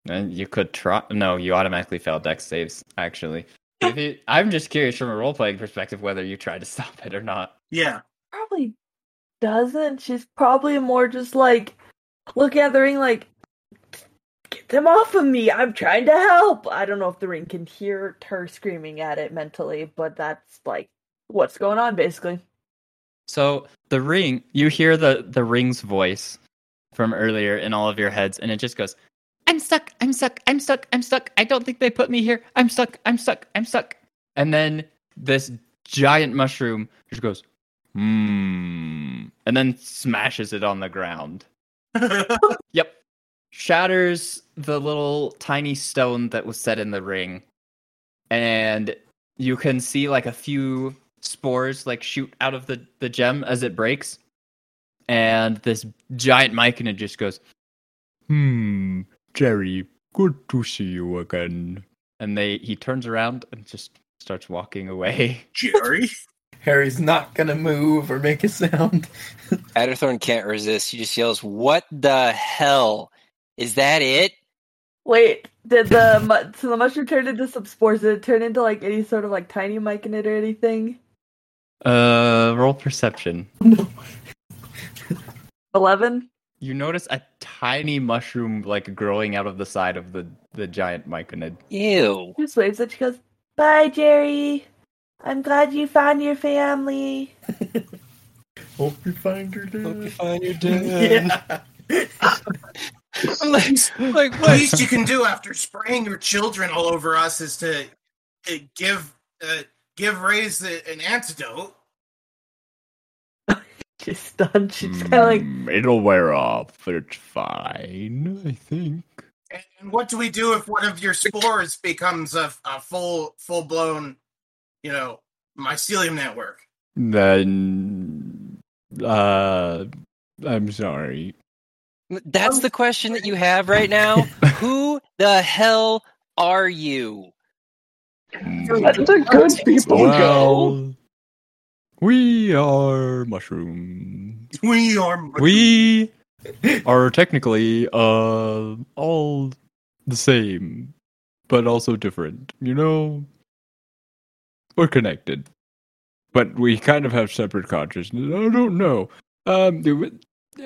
S10: And Uh, you could try. No, you automatically fail dex saves. Actually, if you, I'm just curious from a role playing perspective whether you try to stop it or not.
S5: Yeah.
S3: Probably doesn't. She's probably more just like looking at the ring, like, get them off of me. I'm trying to help. I don't know if the ring can hear her screaming at it mentally, but that's like what's going on basically.
S10: So the ring, you hear the the ring's voice from earlier in all of your heads, and it just goes, "I'm stuck. I'm stuck. I'm stuck. I'm stuck. I don't think they put me here. I'm stuck. I'm stuck. I'm stuck." And then this giant mushroom just goes, "Hmm," and then smashes it on the ground. Yep. Shatters the little tiny stone that was set in the ring. And you can see like a few spores like shoot out of the, the gem as it breaks. And this giant mic and it just goes, Hmm, Jerry, good to see you again. And they he turns around and just starts walking away.
S5: Jerry.
S9: Harry's not gonna move or make a sound.
S7: Adderthorn can't resist. He just yells, "What the hell is that? It?
S3: Wait, did the mu- so the mushroom turned into some spores? Did it turn into like any sort of like tiny mic in it or anything?
S10: Uh roll perception.
S3: 11?
S10: You notice a tiny mushroom like growing out of the side of the, the giant myconid.
S7: Ew!
S3: She just waves and she goes, Bye, Jerry. I'm glad you found your family.
S9: Hope you find her dead.
S7: find your
S9: Yeah.
S7: I'm like, like
S5: the
S7: what?
S5: least you can do after spraying your children all over us is to, to give uh, give raise the, an antidote.
S3: She's stunned. She's kind of like,
S10: Hmm, it'll wear off, but it's fine, I think.
S5: And what do we do if one of your spores becomes a, a full full blown, you know, mycelium network?
S10: Then, uh, I'm sorry.
S7: That's the question that you have right now. Who the hell are you?
S8: Let the good people go.
S10: we are mushrooms.
S5: We are
S10: We are technically uh all the same, but also different. You know, we're connected, but we kind of have separate consciousness. I don't know. Um,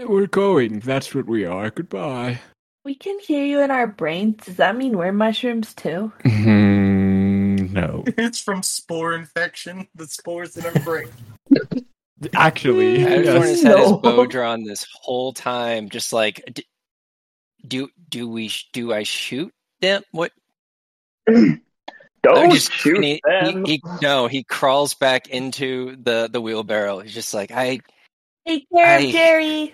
S10: we're going. That's what we are. Goodbye.
S3: We can hear you in our brains. Does that mean we're mushrooms too?
S10: Hmm, no,
S5: it's from spore infection. The spores in our brain.
S10: actually,
S8: Hmm.
S7: Adderthorn has
S10: yes.
S7: had his
S3: No.
S7: bow drawn this whole time, just like, d- do do we sh- do I shoot them? What?
S8: Don't
S7: I'm just-
S8: shoot
S7: and he- he-
S8: them.
S7: he- no, he crawls back into the the wheelbarrow. He's just like, I
S3: Take care
S7: Aye.
S3: of Jerry.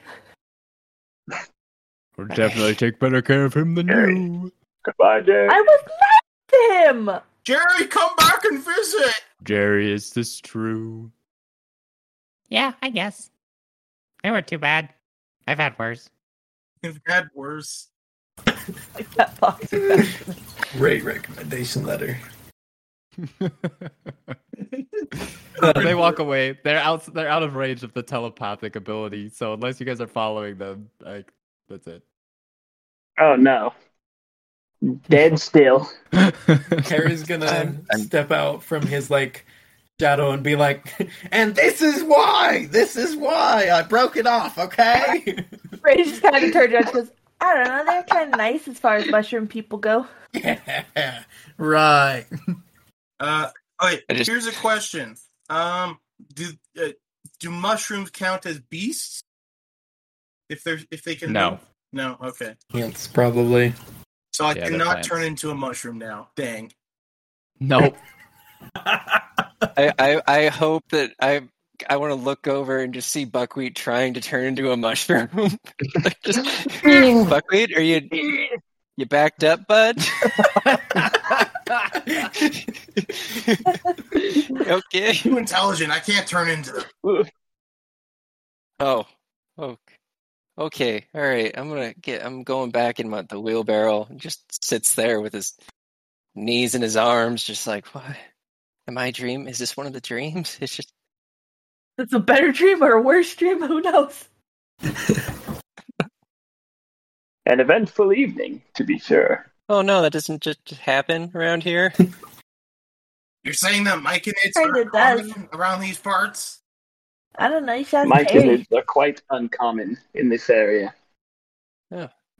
S10: we'll definitely take better care of him than you,
S8: Goodbye, Jack.
S3: I was nice to him.
S5: Jerry, come back and visit.
S10: Jerry. Is this true?
S11: Yeah, I guess. They weren't too bad. I've had worse.
S5: We've had worse.
S3: Like that fox.
S9: Great recommendation letter.
S10: Uh, they walk away. They're out. They're out of range of the telepathic ability. So unless you guys are following them, like that's it.
S8: Oh no. Dead still.
S9: Harry's gonna step out from his like shadow and be like, "And this is why. This is why I broke it off." Okay.
S3: Ray just kind of turned around and goes, I don't know, they're kind of nice as far as mushroom people go.
S9: right.
S5: Uh, wait,
S7: I just-
S5: here's a question. Um, do uh, do mushrooms count as beasts? If they're if they can
S10: No.
S5: move? no okay.
S9: It's probably.
S5: So I
S10: Yeah, they're
S5: cannot
S10: plants.
S5: turn into a mushroom now. Dang.
S10: Nope.
S7: I, I I hope that I I want to look over and just see buckwheat trying to turn into a mushroom. Like, just, buckwheat, are you you backed up, bud? okay.
S5: Too intelligent. I can't turn into them.
S7: Oh. Okay. Okay. All right. I'm gonna get. I'm going back in my, the wheelbarrow. and Just sits there with his knees in his arms, just like, what? Am I dream? Is this one of the dreams? It's just.
S3: It's a better dream or a worse dream, who knows?
S8: An eventful evening, to be sure.
S7: Oh no, that doesn't just happen around here.
S5: You're saying that Mike and it's
S3: Kinda does.
S5: around these parts?
S3: I don't know, you should ask Harry.
S8: Myconids are quite uncommon in this area.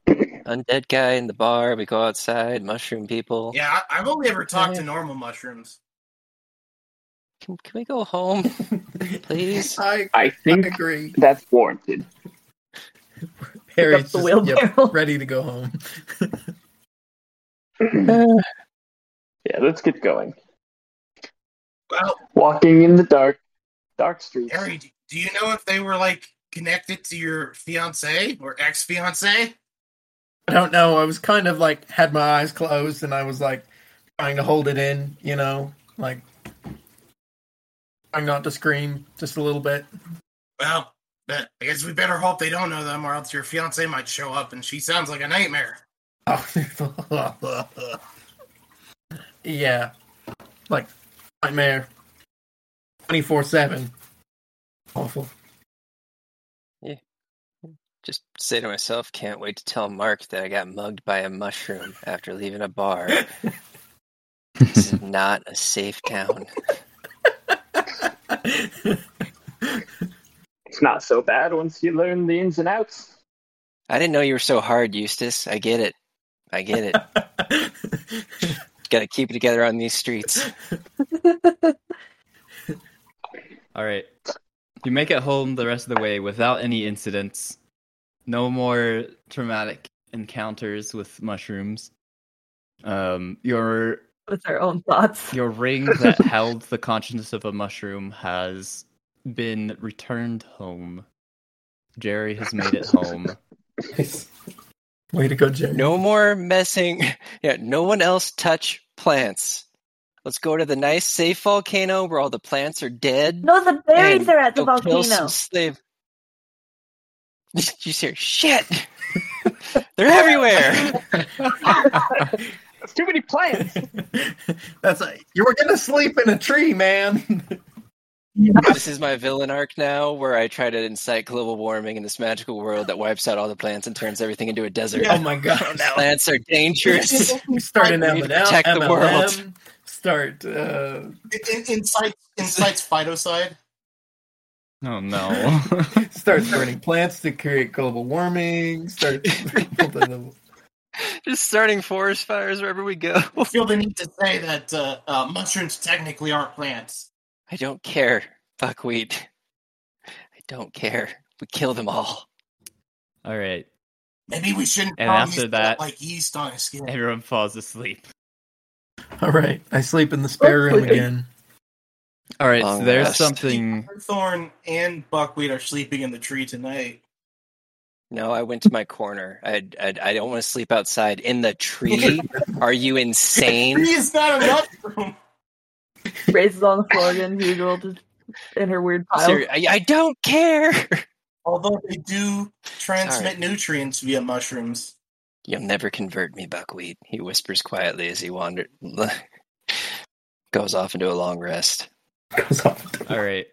S7: Undead guy in the bar. We go outside. Mushroom people.
S5: Yeah, I, I've only ever talked to normal mushrooms.
S7: Can, can we go home, please?
S9: I
S8: I think
S9: agree.
S8: that's warranted.
S3: up
S9: Harry's
S3: the
S9: just,
S3: wheelbarrow.
S9: yep, ready to go home.
S8: Yeah, let's get going.
S5: Well,
S8: Walking in the dark, dark streets.
S5: Harry, d- do you know if they were like connected to your fiance or ex fiance?
S9: I don't know. I was kind of like had my eyes closed and I was like trying to hold it in, you know, like trying not to scream just a little bit.
S5: Well, that- I guess we better hope they don't know them, or else your fiance might show up, and she sounds like a nightmare.
S9: Oh. yeah. Like nightmare. 24/7. Awful.
S7: Just say to myself, can't wait to tell Mark that I got mugged by a mushroom after leaving a bar. this is not a safe town.
S8: It's not so bad once you learn the ins and outs.
S7: I didn't know you were so hard, Eustace. I get it. I get it. Got to keep it together on these streets.
S10: All right. You make it home the rest of the way without any incidents. No more traumatic encounters with mushrooms. Um, your
S3: With our own thoughts.
S10: your ring that held the consciousness of a mushroom has been returned home. Jerry has made it home.
S9: Way to go, Jerry.
S7: No more messing. Yeah, no one else touch plants. Let's go to the nice, safe volcano where all the plants are dead.
S3: No, the berries
S7: and
S3: are at the
S7: go kill
S3: volcano.
S7: some slave- you hear shit. They're everywhere.
S8: That's too many plants.
S9: That's like, you were gonna sleep in a tree, man.
S7: this is my villain arc now, where I try to incite global warming in this magical world that wipes out all the plants and turns everything into a desert.
S9: Oh my god.
S7: Plants are dangerous.
S9: We start an
S7: We need to
S9: MLM,
S7: protect the world.
S9: MLM, Start uh
S5: In- in- Insight, insight's phytocide.
S10: Oh no.
S9: Start burning plants to create global warming. Start.
S7: Just starting forest fires wherever we go.
S5: I feel the need to say that uh, uh, mushrooms technically aren't plants.
S7: I don't care, buckwheat. I don't care. We kill them all.
S10: All right.
S5: Maybe we shouldn't
S10: And
S5: pound
S10: after
S5: these
S10: that-
S5: like yeast on his skin.
S10: Everyone falls asleep.
S9: All right, I sleep in the spare room again.
S10: All right.
S7: Long
S10: so there's
S7: rest.
S10: something.
S5: Thorn and Buckwheat are sleeping in the tree tonight.
S7: No, I went to my corner. I I, I don't want to sleep outside in the tree. Are you insane?
S5: Tree is not a mushroom.
S3: Raises on the floor again, as usual, just in her weird pile.
S7: Ser- I, I don't care.
S5: Although they do transmit
S7: Sorry.
S5: nutrients via mushrooms.
S7: You'll never convert me, Buckwheat. He whispers quietly as he wander goes off into a long rest.
S9: Goes off.
S10: All right.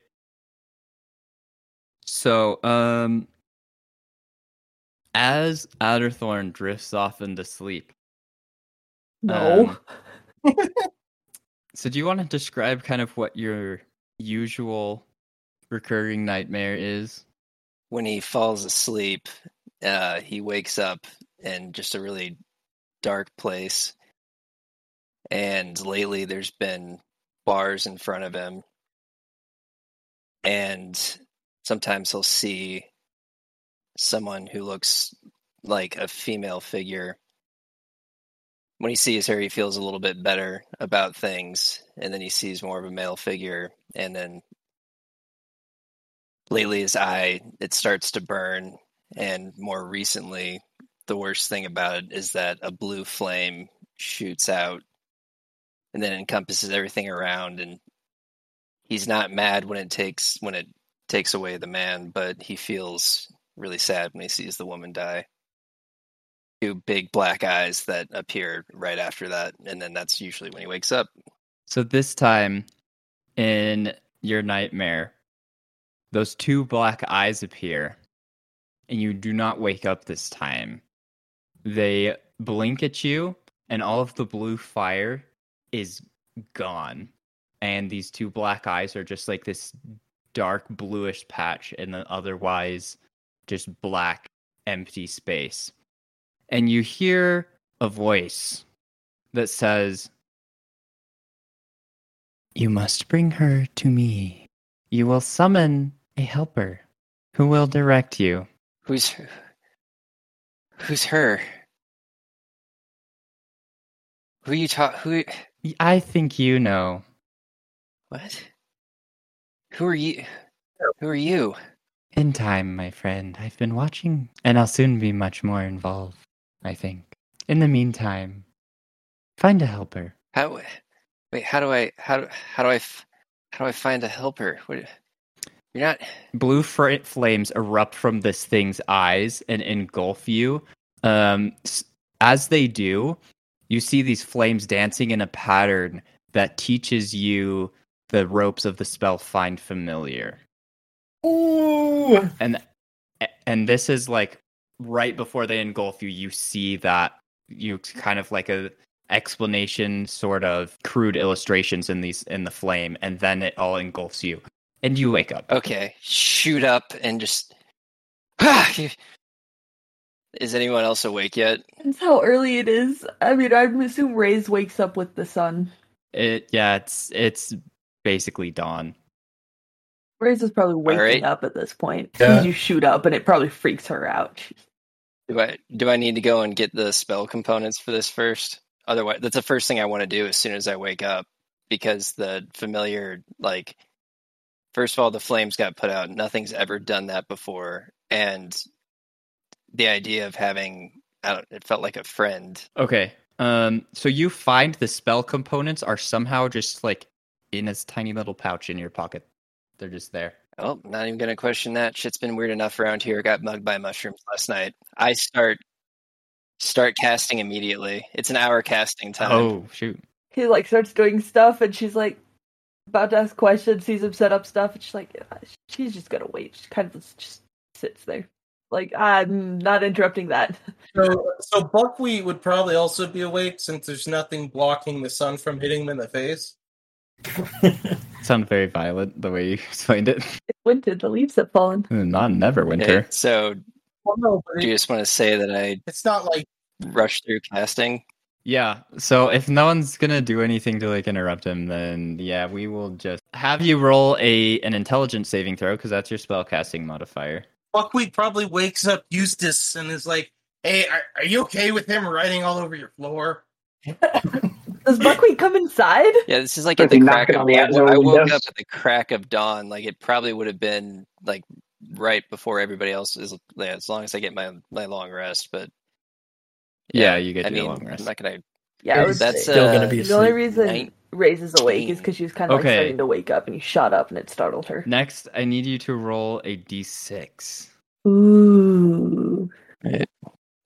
S10: So, um, As Adderthorn drifts off into sleep.
S3: No.
S10: um, so do you want to describe kind of what your usual recurring nightmare is?
S7: when he falls asleep, uh, he wakes up in just a really dark place. And lately, there's been bars in front of him. And sometimes he'll see someone who looks like a female figure. When he sees her, he feels a little bit better about things. And then he sees more of a male figure. And then lately his eye it starts to burn and more recently the worst thing about it is that a blue flame shoots out and then encompasses everything around and he's not mad when it takes when it takes away the man but he feels really sad when he sees the woman die two big black eyes that appear right after that and then that's usually when he wakes up
S10: So this time in your nightmare, those two black eyes appear, and you do not wake up this time. They blink at you, and all of the blue fire is gone. And these two black eyes are just like this dark bluish patch in the otherwise just black, empty space. And you hear a voice that says, You must bring her to me. You will summon a helper who will direct you.
S7: who's who's her who you talk who
S10: I think you know.
S7: What? Who are you? Who are you?
S10: In time, my friend, I've been watching, and I'll soon be much more involved, I think. In the meantime, find a helper.
S7: How? Wait, how do I? How do? How do I? f- How do I find a helper? What? You're not.
S10: blue fr- flames erupt from this thing's eyes and engulf you. Um, s- as they do, you see these flames dancing in a pattern that teaches you the ropes of the spell Find Familiar.
S16: Ooh.
S10: And and this is like right before they engulf you, you see that you kind of like a explanation sort of crude illustrations in these in the flame and then it all engulfs you and you wake up
S7: Okay, shoot up and just. Ah, you- Is anyone else awake yet?
S3: That's how early it is. I mean, I would assume Ray's wakes up with the sun.
S10: It yeah, it's it's basically dawn.
S3: Ray's is probably waking
S7: right.
S3: up at this point.
S16: Yeah.
S3: You shoot up, and it probably freaks her out.
S7: Do I? Do I need to go and get the spell components for this first? Otherwise, that's the first thing I want to do as soon as I wake up because the familiar like. First of all, the flames got put out. Nothing's ever done that before, and the idea of having I don't, it felt like a friend
S10: Okay. Um so you find the spell components are somehow just like in this tiny little pouch in your pocket. They're just there.
S7: Oh, not even gonna question that. Shit's been weird enough around here. Got mugged by mushrooms last night. I start start casting immediately. It's an hour casting time.
S10: Oh shoot.
S3: He like starts doing stuff, and she's like about to ask questions. Sees him set up stuff, and she's like, "Uh, she's just gonna wait. She kind of just sits there, like I'm not interrupting that.
S5: So, so buckwheat would probably also be awake since there's nothing blocking the sun from hitting him in the face.
S10: Sound very violent the way you explained it.
S3: It's winter. The leaves have fallen.
S10: Mm, Not never
S7: Okay,
S10: winter.
S7: so
S5: Well, no, but
S7: do you
S5: it-
S7: just want to say that I
S5: it's not like
S7: rushed through casting?
S10: Yeah. Uh, So if no one's gonna do anything to like interrupt him, then yeah, we will just have you roll a an intelligence saving throw because that's your spell casting modifier.
S5: buckwheat probably wakes up Eustace and is like, "Hey, are, are you okay with him riding all over your floor?"
S3: Does Buckwheat come inside?
S7: Yeah, this is like
S17: Or
S7: at
S17: if
S7: the
S17: you knock
S7: crack
S17: it
S7: of
S17: on the
S7: I
S17: outdoor
S7: wo- I woke
S17: windows.
S7: up at the crack of dawn. Like it probably would have been like right before everybody else is yeah, as long as I get my my long rest, but
S10: Yeah, you get
S7: I
S10: to
S7: mean
S10: a long rest.
S7: I'm not gonna
S3: Yeah, I would
S7: that's
S3: say.
S16: still gonna
S7: uh,
S16: be
S3: the only
S16: asleep.
S3: reason
S7: night-
S3: Ray's is awake is
S7: Dang.
S3: because she was kind of
S10: Okay.
S3: like starting to wake up, and he shot up, and it startled her.
S10: Next, I need you to roll a d6.
S3: Ooh.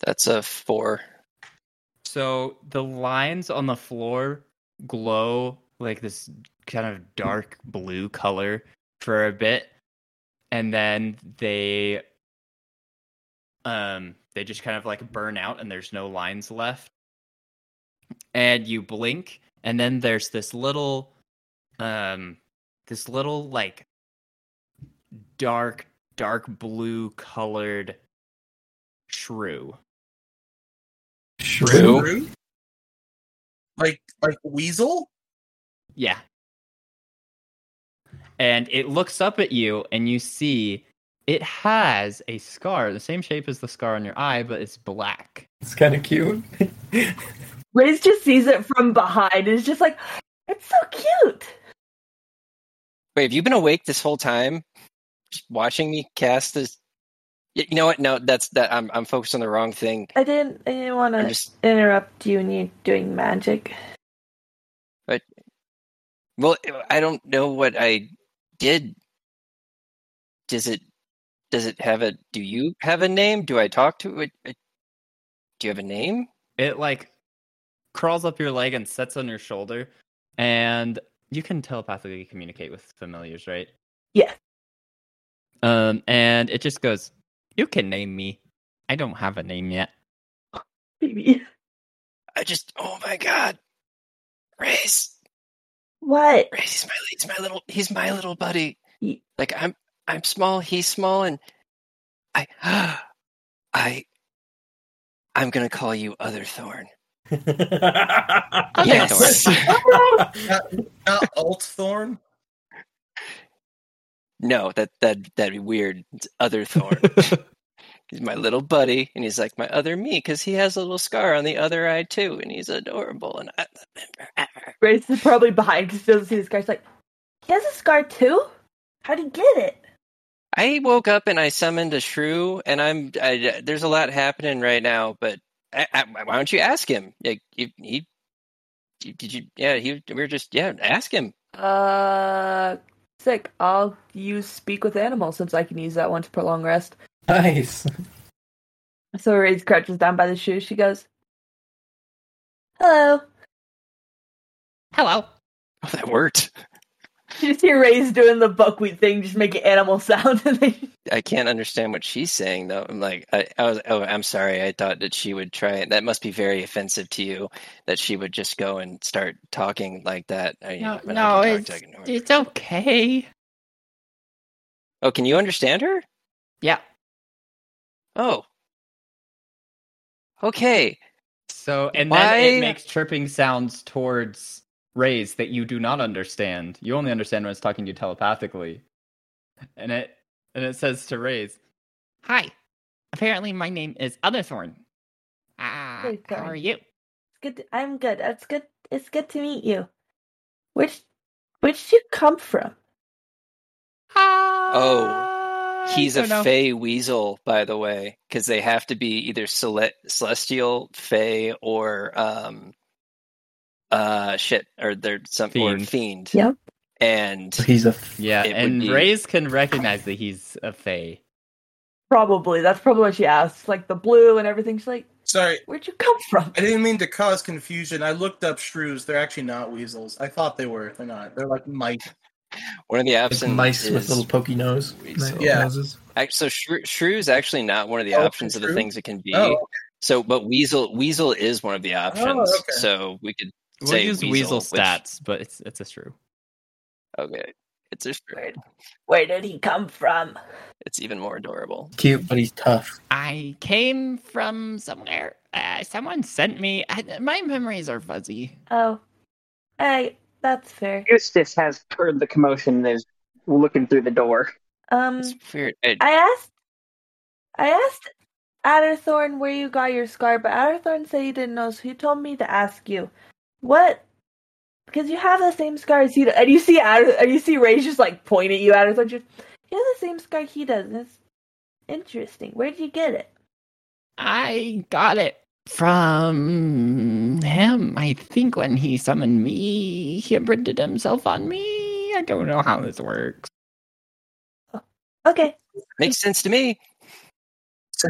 S7: that's a four.
S10: So the lines on the floor glow like this kind of dark blue color for a bit, and then they um they just kind of like burn out and there's no lines left. And you blink, and then there's this little, um, this little like dark, dark blue colored shrew.
S5: Shrew? Like like weasel?
S10: Yeah. And it looks up at you, and you see it has a scar, the same shape as the scar on your eye, but it's black.
S9: It's kind of cute.
S3: Riz just sees it from behind and is just like, it's so cute.
S7: Wait, have you been awake this whole time, just watching me cast this? Y- You know what? No, that's that. I'm I'm focused on the wrong thing.
S3: I didn't I didn't want to
S7: I'm just-
S3: interrupt you when you're doing magic.
S7: Well, I don't know what I did. Does it? Does it have a? Do you have a name? Do I talk to it? it- Do you have a name?
S10: It like crawls up your leg and sets on your shoulder, and you can telepathically communicate with familiars, right?
S3: Yeah.
S10: Um, and it just goes, "You can name me. I don't have a name yet."
S3: Baby.
S7: I just. Oh my god, Race.
S3: What?
S7: Race. He's my. He's my little. He's my little buddy.
S3: Ye-
S7: Like I'm. I'm small. He's small, and I. I. I'm gonna call you Other Thorn. Yes.
S5: Not, not alt thorn.
S7: No, that that that'd be weird. It's other Thorn. he's my little buddy, and he's like my other me because he has a little scar on the other eye too, and he's adorable. And I love him forever.
S3: Riz is probably behind because she doesn't see the scar. She's like, he has a scar too? How'd he get it?
S7: I woke up and I summoned a shrew, and I'm I, there's a lot happening right now. But I, I, why don't you ask him? Like you, he did you? Yeah, he. We were just yeah. Ask him.
S3: Uh, sick. I'll use speak with animals since I can use that one to prolong rest.
S9: nice.
S3: So Ray's crouches down by the shoe. She goes, "Hello."
S10: Hello.
S7: Oh, that worked.
S3: You just hear Ray's doing the buckwheat thing, just making animal sound, and they
S7: I can't understand what she's saying though. I'm like, I, I was, oh, I'm sorry. I thought that she would try it. That must be very offensive to you that she would just go and start talking like that. I,
S11: No,
S7: when I
S11: no,
S7: can
S11: it's,
S7: talk, I can ignore.
S11: it's okay.
S7: oh, can you understand her?
S11: Yeah.
S7: Oh, okay.
S10: So, and then
S7: Why-
S10: it makes chirping sounds towards Rays that you do not understand. You only understand when it's talking to you telepathically. And it and it says to Rays,
S11: Hi. Apparently, my name is Otherthorn. Ah,
S3: Hey,
S11: how
S3: Thorn.
S11: are you?
S3: It's good. I'm good. It's good. It's good to meet you. Which, which do you come from?
S11: Oh,
S7: He's a fey weasel, by the way, because they have to be either cele- celestial, fey, or um, uh, shit, or they're some or
S10: Fiend.
S7: fiend.
S3: Yep.
S7: And
S9: He's a f-
S10: "Yeah."
S7: It would
S10: and
S7: be-
S10: Rays can recognize that he's a Fey.
S3: Probably. That's probably what she asked. Like the blue and everything. She's like,
S5: Sorry,
S3: "Where'd you come from?"
S5: I didn't mean to cause confusion. I looked up shrews. They're actually not weasels. I thought they were. They're not. They're like mice.
S7: one of the
S9: like
S7: options
S9: mice
S7: is
S9: with little pokey nose.
S7: Weasel.
S9: Like,
S5: Yeah.
S9: noses.
S7: act- so shrew, shrew's actually not one of the
S5: Oh,
S7: options of the
S5: shrew?
S7: things it can be.
S5: Oh, okay. Oh,
S7: So, but weasel weasel is one of the options.
S5: okay.
S7: So we could
S10: We'll
S7: say
S10: use
S7: weasel,
S10: Weasel,
S7: which-
S10: stats, but it's it's a shrew.
S7: okay, it's a shrew.
S3: Where, where did he come from?
S7: It's even more adorable.
S9: Cute, but he's tough.
S11: I came from somewhere. Uh, someone sent me. I, my memories are fuzzy.
S3: Oh, hey, that's fair.
S8: Eustace has heard the commotion and is looking through the door.
S3: Um,
S7: It's weird. I-
S3: I asked, I asked Adderthorn where you got your scar, but Adderthorn said he didn't know, so he told me to ask you. What? Because you have the same scar as he does. And you see Adder, and you see Ray just like point at you, Adderthorn. Just, you have the same scar he does. and It's interesting. Where did you get it?
S11: I got it from him. I think when he summoned me, he imprinted himself on me. I don't know how this works.
S3: Okay.
S7: Makes sense to me.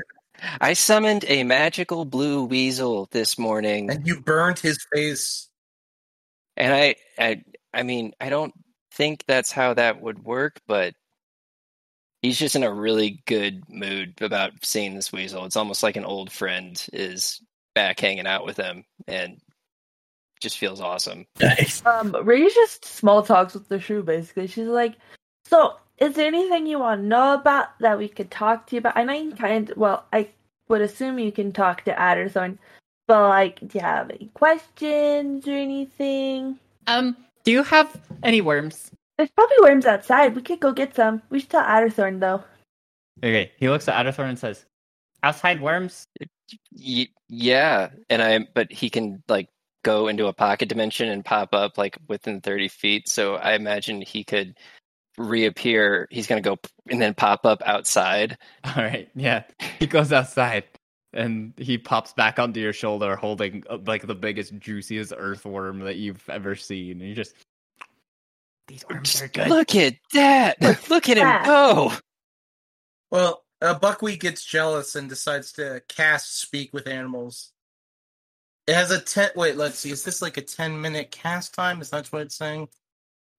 S7: I summoned a magical blue weasel this morning,
S5: And you burned his face.
S7: and I, I, I mean, I don't think that's how that would work, but he's just in a really good mood about seeing this weasel. It's almost like an old friend is back hanging out with him and just feels awesome.
S9: Nice.
S3: Um, Ray just small talks with the shoe basically. She's like, "So, is there anything you want to know about that we could talk to you about?" I know you kind well, I would assume you can talk to Adderthorn, but like, do you have any questions or anything?
S10: Um, do you have any worms?
S3: There's probably worms outside. We could go get some. We should tell Adderthorn though.
S10: Okay, he looks at Adderthorn and says, "Outside worms?
S7: Y- yeah, and I but he can like go into a pocket dimension and pop up like within 30 feet. So I imagine he could reappear. He's going to go p- and then pop up outside.
S10: All right, yeah." He goes outside and he pops back onto your shoulder, holding uh, like the biggest, juiciest earthworm that you've ever seen, and you just. These worms are good.
S7: Look at that. Uh, Look at him
S3: that.
S7: go.
S5: Well, uh, Buckwheat gets jealous and decides to cast Speak with Animals. It has a ten. Wait, let's see. Is this like a ten minute cast time? Is that what it's saying?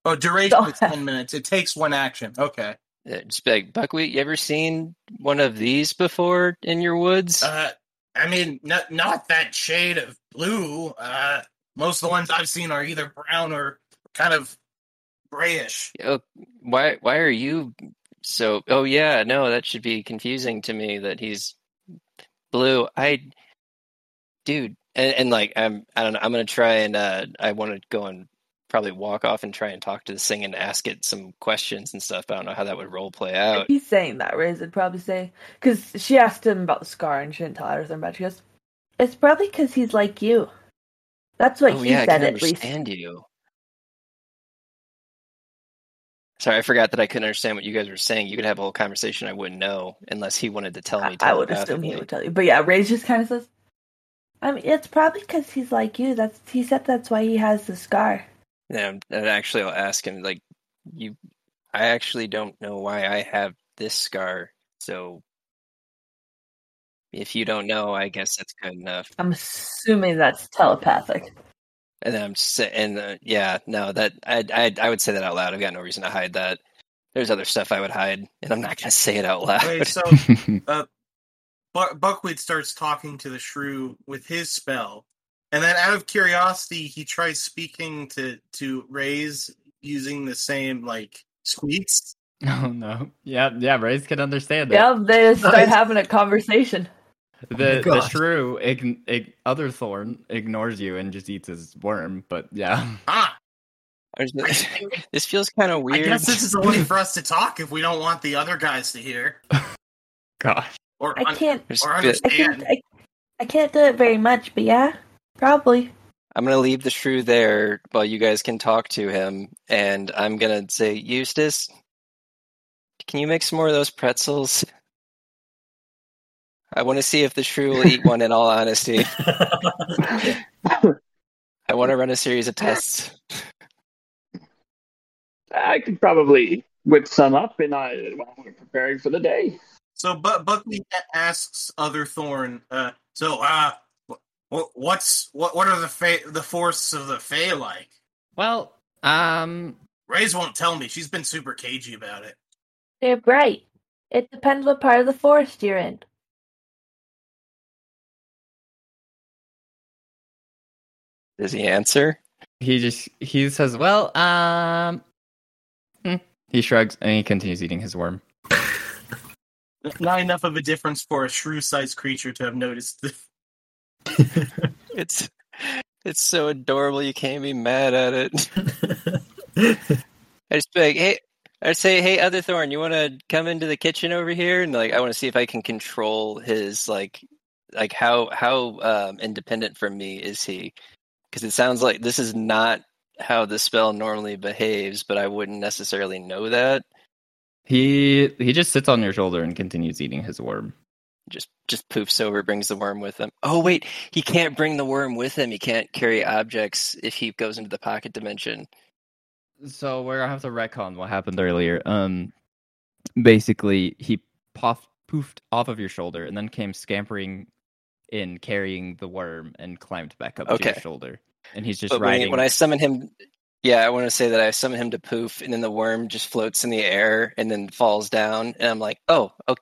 S5: Oh, duration
S3: Don't-
S5: is ten minutes. It takes one action. Okay.
S7: Uh, Just be like, Buckwheat, you ever seen one of these before in your woods?
S5: Uh, I mean, not not that shade of blue. Uh, most of the ones I've seen are either brown or kind of grayish.
S7: oh, why why are you so oh yeah no that should be confusing to me that he's blue i dude and, and like i'm i don't know i'm gonna try and uh i want to go and probably walk off and try and talk to this thing and ask it some questions and stuff but i don't know how that would role play
S3: If
S7: out
S3: he's saying that, Riz would probably say, because she asked him about the scar and she didn't tell Adderthorn about it. She goes, It's probably because he's like you. That's what
S7: oh
S3: he
S7: yeah i
S3: said,
S7: can
S3: at least.
S7: understand you sorry i forgot that i couldn't understand what you guys were saying you could have a whole conversation i wouldn't know unless he wanted to tell
S3: I,
S7: me
S3: I would assume he
S7: telepathically.
S3: would tell you. But yeah, Riz just kind of says, I mean, it's probably because he's like you. That's He said that's why he has the scar.
S7: And, and actually, I'll ask him like, you, I actually don't know why I have this scar. So if you don't know, I guess that's good enough.
S3: I'm assuming that's telepathic.
S7: And then I'm just sa- and uh, yeah, no, that I I I would say that out loud. I've got no reason to hide that. There's other stuff I would hide, and I'm not gonna say it out loud.
S5: Wait, so uh, Bu- Buckwheat starts talking to the shrew with his spell, and then out of curiosity, he tries speaking to to Rays using the same like squeaks.
S10: Oh no! Yeah, yeah. Rays can understand that.
S3: Yeah, they just start
S9: Nice.
S3: having a conversation.
S10: The
S9: my
S10: the
S9: gosh.
S10: shrew, ign ig- other thorn, ignores you and just eats his worm. But yeah,
S5: Ah,
S7: I'm just- this feels kind of
S5: I
S7: weird.
S5: guess this is a way for us to talk if we don't want the other guys to hear
S10: gosh,
S5: or
S3: I
S5: un-
S3: can't,
S7: There's
S5: or
S7: a bit-
S3: I can't,
S5: understand.
S3: I, I can't do it very much, but yeah, probably.
S7: I'm gonna leave the shrew there while you guys can talk to him, and I'm gonna say, Eustace, can you make some more of those pretzels? I want to see if the shrew will eat one. In all honesty, I want to run a series of tests.
S8: I could probably whip some up, and I while we're preparing for the day.
S5: So Bu- Buckwheat a- asks Other Thorn, uh, so uh, wh- what's what? What are the fa- the force of the Fae like?
S10: well, um,
S5: Rays won't tell me. She's been super cagey about it.
S3: They're bright. It depends what part of the forest you're in.
S7: Does he answer?
S10: he just he says, well, um, hmm." he shrugs and he continues eating his worm.
S5: Not enough of a difference for a shrew-sized creature to have noticed. The-
S7: It's it's so adorable. You can't be mad at it. I just be like, hey, I say, hey, Other Thorn, you want to come into the kitchen over here? And like, I want to see if I can control his like, like how how um, independent from me is he? Because it sounds like this is not how the spell normally behaves, but I wouldn't necessarily know that.
S10: He he just sits on your shoulder and continues eating his worm.
S7: Just just poofs over, brings the worm with him. Oh wait, he can't bring the worm with him. He can't carry objects if he goes into the pocket dimension.
S10: So we're gonna have to retcon what happened earlier. Um, basically, he puffed poofed off of your shoulder and then came scampering in, carrying the worm, and climbed back up to
S7: Okay.
S10: your shoulder. And he's just
S7: But when,
S10: riding.
S7: when I summon him, Yeah, I want to say that I summon him to poof, and then the worm just floats in the air and then falls down, and I'm like, oh, okay.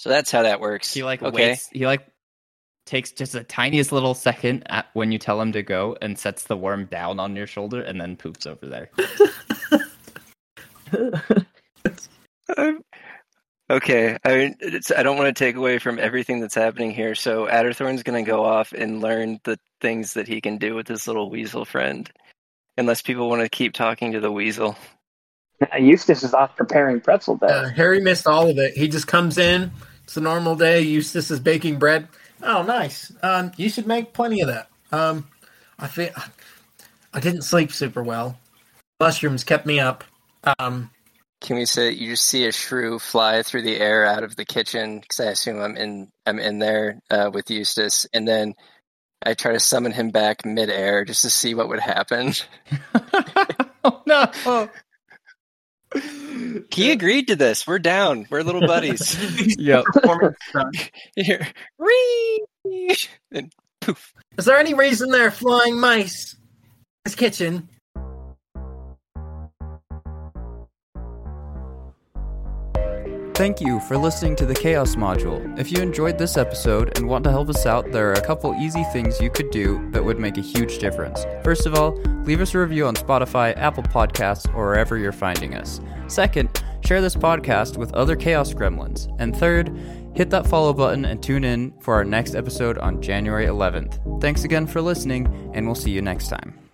S7: So that's how that works.
S10: He like
S7: okay,
S10: waits. He like takes just the tiniest little second at when you tell him to go, and sets the worm down on your shoulder, and then poops over there.
S7: I'm- okay. I mean, it's, I don't want to take away from everything that's happening here. So Adderthorn's going to go off and learn the things that he can do with his little weasel friend, unless people want to keep talking to the weasel.
S8: Eustace is off preparing pretzel dough.
S9: Uh, Harry missed all of it. He just comes in. It's a normal day. Eustace is baking bread. Oh, nice. Um, you should make plenty of that. Um, I feel I didn't sleep super well. Mushrooms kept me up. Um,
S7: Can we say you just see a shrew fly through the air out of the kitchen? Because I assume I'm in I'm in there uh, with Eustace, and then I try to summon him back midair just to see what would happen.
S10: oh no!
S7: He agreed to this. We're down. We're little buddies.
S10: Yep.
S5: Performing stunt.
S7: Here, Whee! and poof.
S9: is there any reason there are flying mice in this kitchen?
S1: Thank you for listening to the Chaos Module. If you enjoyed this episode and want to help us out, there are a couple easy things you could do that would make a huge difference. First of all, leave us a review on Spotify, Apple Podcasts, or wherever you're finding us. Second, share this podcast with other Chaos Gremlins. And third, hit that follow button and tune in for our next episode on January 11th. Thanks again for listening, and we'll see you next time.